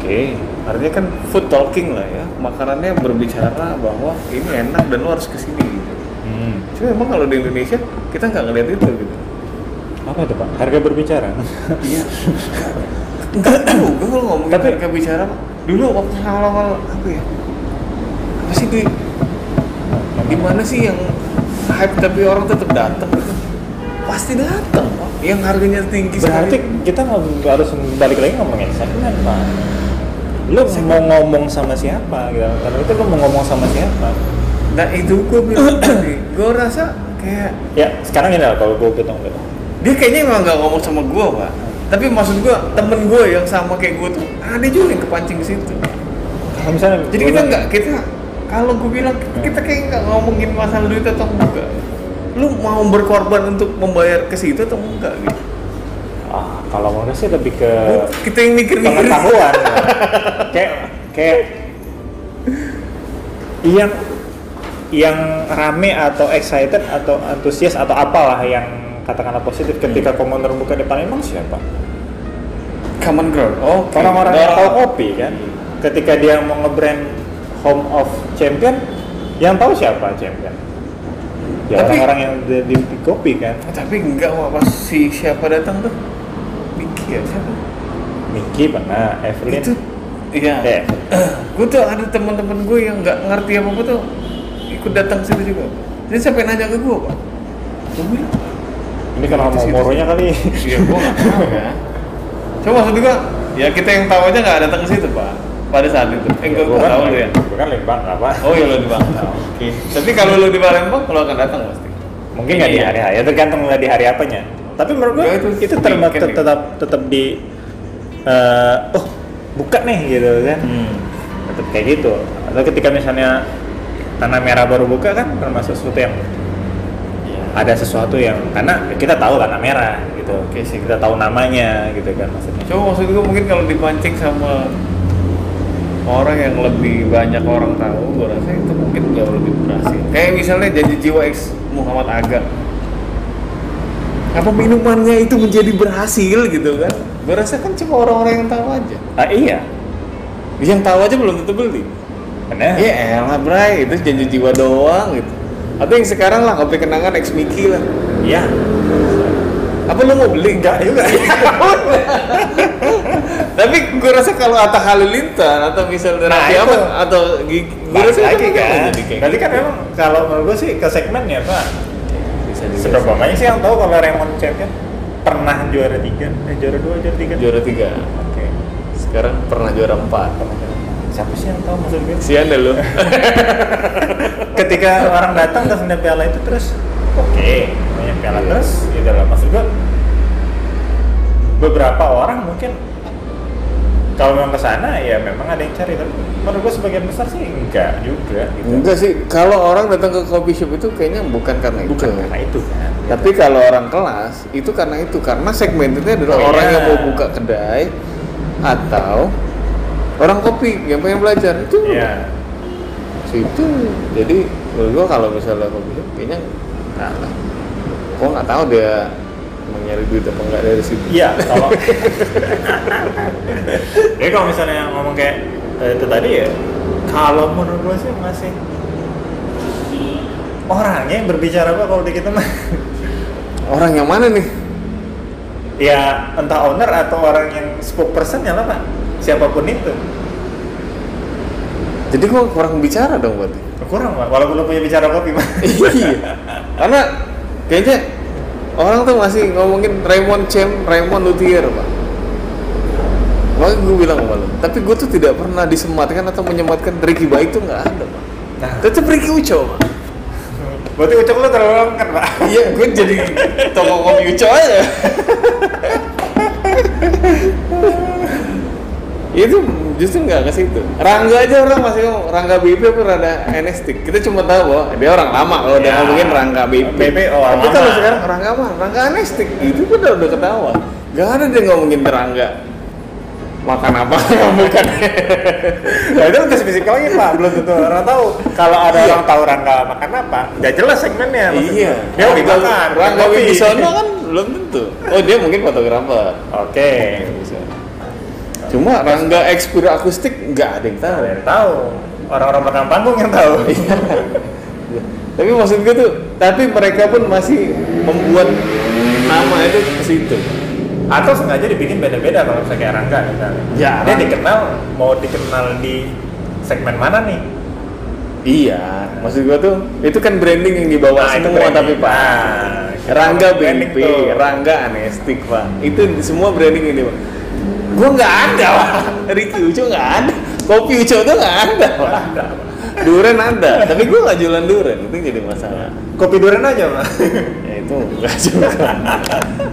Speaker 1: oke artinya kan food talking lah ya makanannya berbicara bahwa ini enak dan lo harus kesini gitu
Speaker 2: Hmm.
Speaker 1: cuma emang kalau di Indonesia kita nggak ngeliat itu gitu
Speaker 2: Apa itu, Pak? Harga berbicara.
Speaker 1: iya nggak tahu gue kalau ngomongin
Speaker 2: Tapi-
Speaker 1: harga bicara Pak. dulu waktu awal-awal apa ya apa sih di di mana sih yang hype tapi orang tetap datang gitu? pasti datang Pak. yang harganya tinggi
Speaker 2: Berarti
Speaker 1: sekali.
Speaker 2: kita nggak harus balik lagi ngomongin segmen, Pak. Lu mau ngomong sama siapa? Gitu. Karena itu lu mau ngomong sama siapa?
Speaker 1: Nah itu gue bilang tadi, gue rasa kayak
Speaker 2: Ya, sekarang ini lah kalau gue potong gitu.
Speaker 1: dia kayaknya emang nggak ngomong sama gue pak. Tapi maksud gue temen gue yang sama kayak gue tuh ada juga yang kepancing ke situ.
Speaker 2: Kalau misalnya
Speaker 1: Jadi
Speaker 2: gua
Speaker 1: kita
Speaker 2: bilang,
Speaker 1: nggak kita kalau gue bilang kita kayak nggak ngomongin masalah duit atau enggak. Lu mau berkorban untuk membayar ke situ atau enggak gitu?
Speaker 2: ah, kalau mau sih lebih ke
Speaker 1: kita yang mikir-mikir.
Speaker 2: pengetahuan. ya. kayak kayak yang yang rame atau excited atau antusias atau apalah yang katakanlah positif
Speaker 1: Hmm.
Speaker 2: ketika komuter buka depan emang siapa?
Speaker 1: Common ground. Oh, oke.
Speaker 2: orang-orang yang
Speaker 1: Nah,
Speaker 2: tahu kopi kan ketika dia mau nge-brand Home of Champion yang tahu siapa Champion ya
Speaker 1: Tapi-
Speaker 2: orang-orang yang di, di- di kopi kan
Speaker 1: Oh, Tapi enggak Pak. pas si siapa datang tuh? Mikir siapa?
Speaker 2: Miki pernah Evelyn
Speaker 1: Itu iya.
Speaker 2: eh,
Speaker 1: gue tuh ada teman-teman gue yang nggak ngerti apa apa tuh ikut datang ke situ juga jadi sampai nanya ke gue pak gue bilang
Speaker 2: ini karena
Speaker 1: Itu
Speaker 2: mau
Speaker 1: situ.
Speaker 2: moronya kali
Speaker 1: iya gue nggak tahu ya cuma maksud gue ya kita yang tahu aja nggak datang ke situ pak pada saat itu eh gue
Speaker 2: Iya, Gua
Speaker 1: nggak tahu lu ya
Speaker 2: gua kan lembang apa
Speaker 1: oh iya lo di Bangka oke tapi kalau lo di Palembang lo akan datang pasti
Speaker 2: mungkin nggak di
Speaker 1: Iya.
Speaker 2: hari hari ya tergantung nggak di hari apanya tapi menurut gua
Speaker 1: Nggak,
Speaker 2: itu,
Speaker 1: itu
Speaker 2: tetap
Speaker 1: weekend ya.
Speaker 2: tetap tetap di eh, oh buka nih gitu kan tetap kayak gitu atau ketika misalnya tanah merah baru buka kan termasuk sesuatu yang
Speaker 1: Iya.
Speaker 2: ada sesuatu yang karena kita tahu tanah merah gitu
Speaker 1: Oke sih.
Speaker 2: kita tahu namanya gitu kan maksudnya
Speaker 1: Cuma maksud gue mungkin kalau dipancing sama orang yang lebih banyak orang tahu, gue rasa itu mungkin jauh lebih berhasil. Kayak misalnya janji jiwa X Muhammad Aga. Apa minumannya itu menjadi berhasil gitu kan? Gue rasa kan cuma orang-orang yang tahu aja.
Speaker 2: ah iya
Speaker 1: Iya, Yang tahu aja belum tentu beli.
Speaker 2: benar
Speaker 1: Ya elah bray, itu janji jiwa doang gitu. Atau yang sekarang lah kopi kenangan X Mickey lah.
Speaker 2: iya
Speaker 1: apa lu mau beli
Speaker 2: Enggak juga.
Speaker 1: tapi gue rasa kalau Atta Halilintar atau misalnya
Speaker 2: Nah,
Speaker 1: Raffi
Speaker 2: itu.
Speaker 1: Ahmad atau Gigi gue
Speaker 2: Balik
Speaker 1: rasa
Speaker 2: lagi
Speaker 1: itu bakal
Speaker 2: kan.
Speaker 1: jadi kayak
Speaker 2: Berarti kan
Speaker 1: gitu.
Speaker 2: memang kalau menurut gue sih ke segmennya Pak.
Speaker 1: Bisa juga
Speaker 2: Seberapa
Speaker 1: sih.
Speaker 2: banyak sih yang tahu kalau Raymond Champion pernah juara 3, eh juara 2, juara 3.
Speaker 1: juara tiga
Speaker 2: Oke.
Speaker 1: sekarang pernah juara empat
Speaker 2: Siapa sih yang tahu maksud gue?
Speaker 1: sian deh lu
Speaker 2: Ketika orang datang ke senda piala itu terus oke, banyak piala
Speaker 1: Iya.
Speaker 2: terus ya udah lah maksud gue beberapa orang mungkin kalau memang ke sana ya memang ada yang cari tapi menurut gue sebagian besar sih enggak juga gitu.
Speaker 1: enggak sih kalau orang datang ke coffee shop itu kayaknya bukan karena
Speaker 2: Bukan
Speaker 1: itu
Speaker 2: karena itu kan.
Speaker 1: Tapi kalau orang kelas itu karena itu karena segmentednya adalah
Speaker 2: Oh,
Speaker 1: orang
Speaker 2: iya.
Speaker 1: yang mau buka kedai atau orang kopi yang pengen belajar itu
Speaker 2: Iya.
Speaker 1: situ. Jadi menurut gua kalau misalnya kopi shop, kayaknya kalah. Gua nggak tahu dia emang nyari duit apa enggak dari situ.
Speaker 2: Iya, kalau Jadi kalau misalnya ngomong kayak eh, itu tadi ya, kalau menurut gue sih masih orangnya yang berbicara apa kalau di kita mah
Speaker 1: Orang yang mana nih?
Speaker 2: ya entah owner atau orang yang spokespersonnya lah pak siapapun itu
Speaker 1: Jadi gua kurang bicara dong berarti.
Speaker 2: kurang pak walaupun lu punya bicara kopi pak
Speaker 1: iya. Karena kayaknya orang tuh masih ngomongin Raymond Cem, Raymond Luthier, Pak. Makanya gue bilang sama lu, tapi gue tuh tidak pernah disematkan atau menyematkan Ricky Baik tuh nggak ada, Pak.
Speaker 2: nah
Speaker 1: Tetep Ricky Uco, Pak.
Speaker 2: berarti ucok lu terlalu lengkap pak
Speaker 1: Iya, gue jadi toko kopi Uco aja. itu justru nggak ke situ. Rangga aja orang masih ngomong, Rangga BP apa Rada NST. Kita cuma tahu bahwa dia orang lama kalau udah
Speaker 2: Ya.
Speaker 1: ngomongin Rangga BP.
Speaker 2: BP oh, orang
Speaker 1: Tapi kalau
Speaker 2: lama.
Speaker 1: sekarang Rangga mah Rangga anestik itu kan udah, udah ketawa. Gak ada dia ngomongin Rangga makan apa bukan
Speaker 2: Iya, Nah itu tes fisik lagi pak, belum tentu orang tahu. Kalau ada
Speaker 1: Iya.
Speaker 2: orang tahu Rangga makan apa, nggak jelas segmennya.
Speaker 1: iya
Speaker 2: maksudnya. Dia mau dimakan.
Speaker 1: Rangga
Speaker 2: kopi.
Speaker 1: Wibisono kan belum tentu oh dia mungkin fotografer
Speaker 2: Oke.
Speaker 1: Cuma Rangga Ekspira Akustik nggak ada yang tahu.
Speaker 2: Ada yang tahu. Orang-orang makan panggung yang tahu.
Speaker 1: Iya. tapi maksud gue tuh, tapi mereka pun masih membuat nama itu ke situ.
Speaker 2: Atau sengaja dibikin beda-beda kalau misalnya kayak Rangga misalnya.
Speaker 1: Ya,
Speaker 2: Dia
Speaker 1: Rangga.
Speaker 2: dikenal, mau dikenal di segmen mana nih?
Speaker 1: Iya, maksud gue tuh itu kan branding yang dibawa
Speaker 2: Nah, itu
Speaker 1: semua
Speaker 2: branding.
Speaker 1: tapi pak.
Speaker 2: Nah,
Speaker 1: Rangga
Speaker 2: branding
Speaker 1: BP,
Speaker 2: tuh.
Speaker 1: Rangga Anestik pak. Itu semua branding yang dibawa. Gue nggak ada pak, Ricky Uco nggak ada, Kopi Uco tuh nggak ada pak. Duren ada, tapi gue nggak jualan duren itu yang jadi masalah.
Speaker 2: Kopi durian aja pak.
Speaker 1: ya itu enggak juga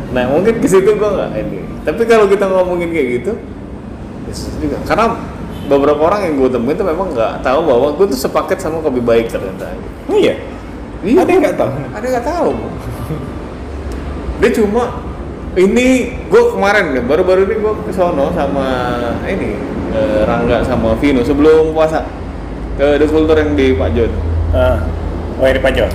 Speaker 1: nah mungkin ke situ gua nggak ini tapi kalau kita ngomongin kayak gitu ya susah juga karena beberapa orang yang gue temuin tuh memang nggak tahu bahwa gue tuh sepaket sama kopi baik ternyata
Speaker 2: iya.
Speaker 1: Iya,
Speaker 2: Ada yang nggak tahu?
Speaker 1: ada yang nggak tahu dia cuma ini gue kemarin ya baru-baru ini gue ke sono sama ini eh, Rangga sama Vino sebelum puasa ke The Culture yang di Pak Jod
Speaker 2: Ah. oh ini Pak Jo.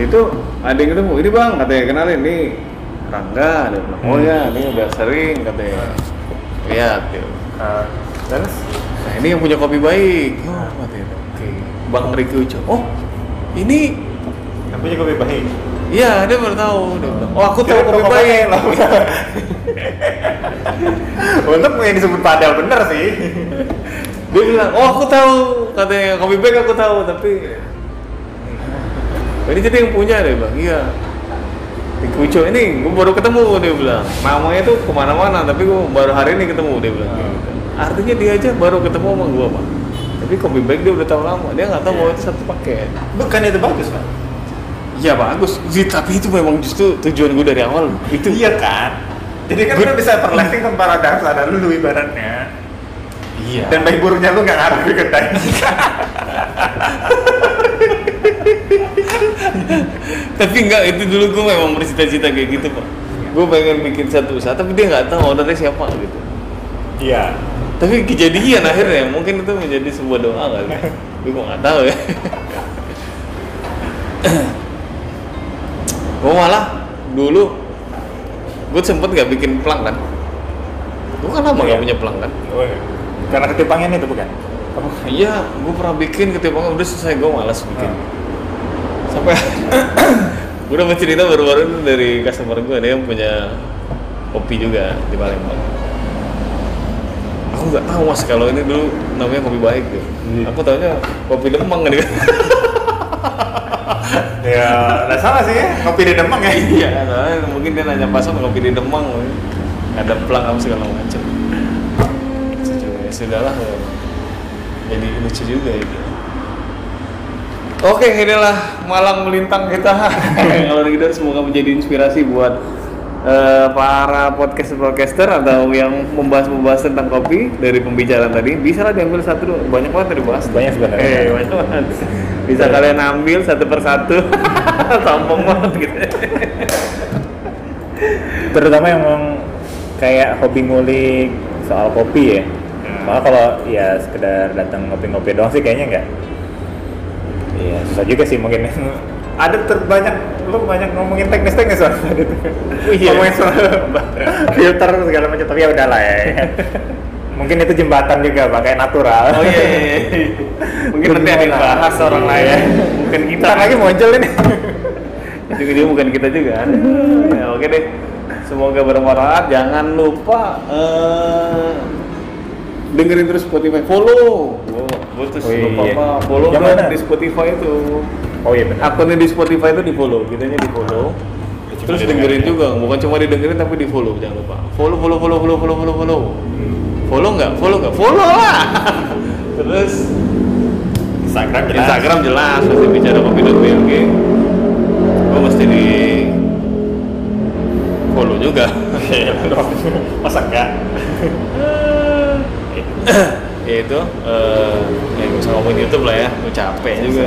Speaker 1: itu ada yang ketemu ini bang katanya kenalin ini Rangga ada yang bilang, oh ya ini udah sering katanya lihat gitu.
Speaker 2: Ah. terus?
Speaker 1: nah ini yang punya kopi baik oh katanya oke bang Riki Uco oh ini
Speaker 2: Yang punya kopi baik.
Speaker 1: iya dia baru tahu dia bilang, oh aku tahu
Speaker 2: Kira
Speaker 1: kopi
Speaker 2: toko
Speaker 1: baik Iya.
Speaker 2: lah. Untuk yang disebut padel bener sih.
Speaker 1: dia bilang oh aku tahu katanya kopi baik aku tahu tapi Nah, ini jadi yang punya deh bang iya Riki Uco ini gue baru ketemu dia bilang namanya tuh kemana-mana tapi gue baru hari ini ketemu dia bilang artinya dia aja baru ketemu sama gue pak tapi kopi baik dia udah tahu lama dia nggak tahu
Speaker 2: Iya.
Speaker 1: bahwa itu satu paket
Speaker 2: Bukan itu bagus pak?
Speaker 1: iya bagus Zi, tapi itu memang justru tujuan gue dari awal itu
Speaker 2: Iya kan. Jadi kan lu bisa perlesing tanpa radar sadar lu lu ibaratnya.
Speaker 1: iya
Speaker 2: Dan baik buruknya lu nggak ngaruh di kedai.
Speaker 1: tapi enggak itu dulu gue memang bercita-cita kayak gitu pak gue pengen bikin satu usaha tapi dia nggak tahu ownernya siapa gitu
Speaker 2: Iya.
Speaker 1: tapi kejadian akhirnya mungkin itu menjadi sebuah doa kali gue kok nggak tahu ya gue malah dulu gue sempet nggak bikin pelang kan gue kan lama nggak
Speaker 2: Iya.
Speaker 1: punya pelang kan
Speaker 2: Karena ketipangnya iya. itu bukan. Kamu
Speaker 1: Iya, gue pernah bikin ketimbang udah selesai gue malas bikin. Sampai gue dapat cerita baru-baru ini dari customer gue dia yang punya kopi juga di Palembang. Aku nggak tahu mas kalau ini dulu namanya kopi baik gitu.
Speaker 2: Iya.
Speaker 1: Aku taunya kopi demang gitu.
Speaker 2: ya nggak salah sih ya kopi di Demang ya
Speaker 1: Iya, soalnya mungkin dia nanya pasar kopi di Demang, woy. ada plang apa segala macam. Lucu juga. Ya, Sudahlah, woy. jadi lucu juga ini. Oke, inilah malam melintang kita. Kalau gitu semoga menjadi inspirasi buat eh, para podcast podcaster atau yang membahas-membahas tentang kopi dari pembicaraan tadi bisa lah diambil satu dua. banyak banget yang dibahas
Speaker 2: Banyak sebenarnya.
Speaker 1: Eh, banyak banget bisa kalian ambil satu persatu sombong banget gitu
Speaker 2: terutama yang meng- kayak hobi ngulik soal kopi ya
Speaker 1: Hmm.
Speaker 2: malah kalau ya sekedar datang ngopi-ngopi doang sih kayaknya nggak iya susah juga sih mungkin ada terbanyak lu banyak ngomongin teknis-teknis soal gitu.
Speaker 1: Iya.
Speaker 2: ngomongin soal filter segala macam tapi ya udahlah ya mungkin itu jembatan juga pakai natural
Speaker 1: Oh iya, iya, iya. mungkin nanti ada yang bahas orang lain ya. Bukan kita.
Speaker 2: Ntar lagi muncul ini
Speaker 1: Juga dia bukan kita juga. kan? Ya, oke deh. Semoga bermanfaat. Jangan lupa eh, dengerin terus Spotify. Follow. Gue terus
Speaker 2: Oh, iya.
Speaker 1: lupa apa. Follow
Speaker 2: Yang
Speaker 1: kan
Speaker 2: mana?
Speaker 1: di Spotify itu.
Speaker 2: oh iya benar
Speaker 1: Akunnya di Spotify itu di follow. Kitanya di follow. Terus dengerin juga, bukan cuma didengerin tapi di follow jangan lupa. Follow, follow, follow, follow, follow, follow, follow. Hmm. Follow nggak? Follow nggak? Follow lah. Terus
Speaker 2: Instagram jelas
Speaker 1: Instagram jelas pasti bicara kopi.blg gue mesti di follow juga
Speaker 2: Iya, masa enggak
Speaker 1: ya itu eh ya gak usah ngomongin YouTube lah ya gue capek juga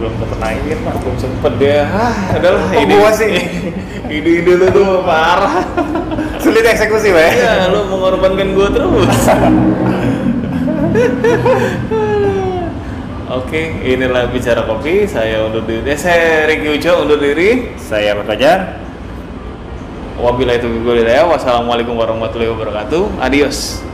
Speaker 2: belum sempet naikin pak
Speaker 1: belum sempet deh ah adalah
Speaker 2: Kok gua sih?
Speaker 1: ide-ide lu tuh parah
Speaker 2: sulit eksekusi pak ya
Speaker 1: ya lu mengorbankan gue terus Oke, inilah bicara kopi. Saya undur diri. Eh, saya Ricky Ujo undur diri.
Speaker 2: saya Pak Fajar
Speaker 1: Wabillahi taufiq walhidayah. Wassalamualaikum warahmatullahi wabarakatuh. Adios.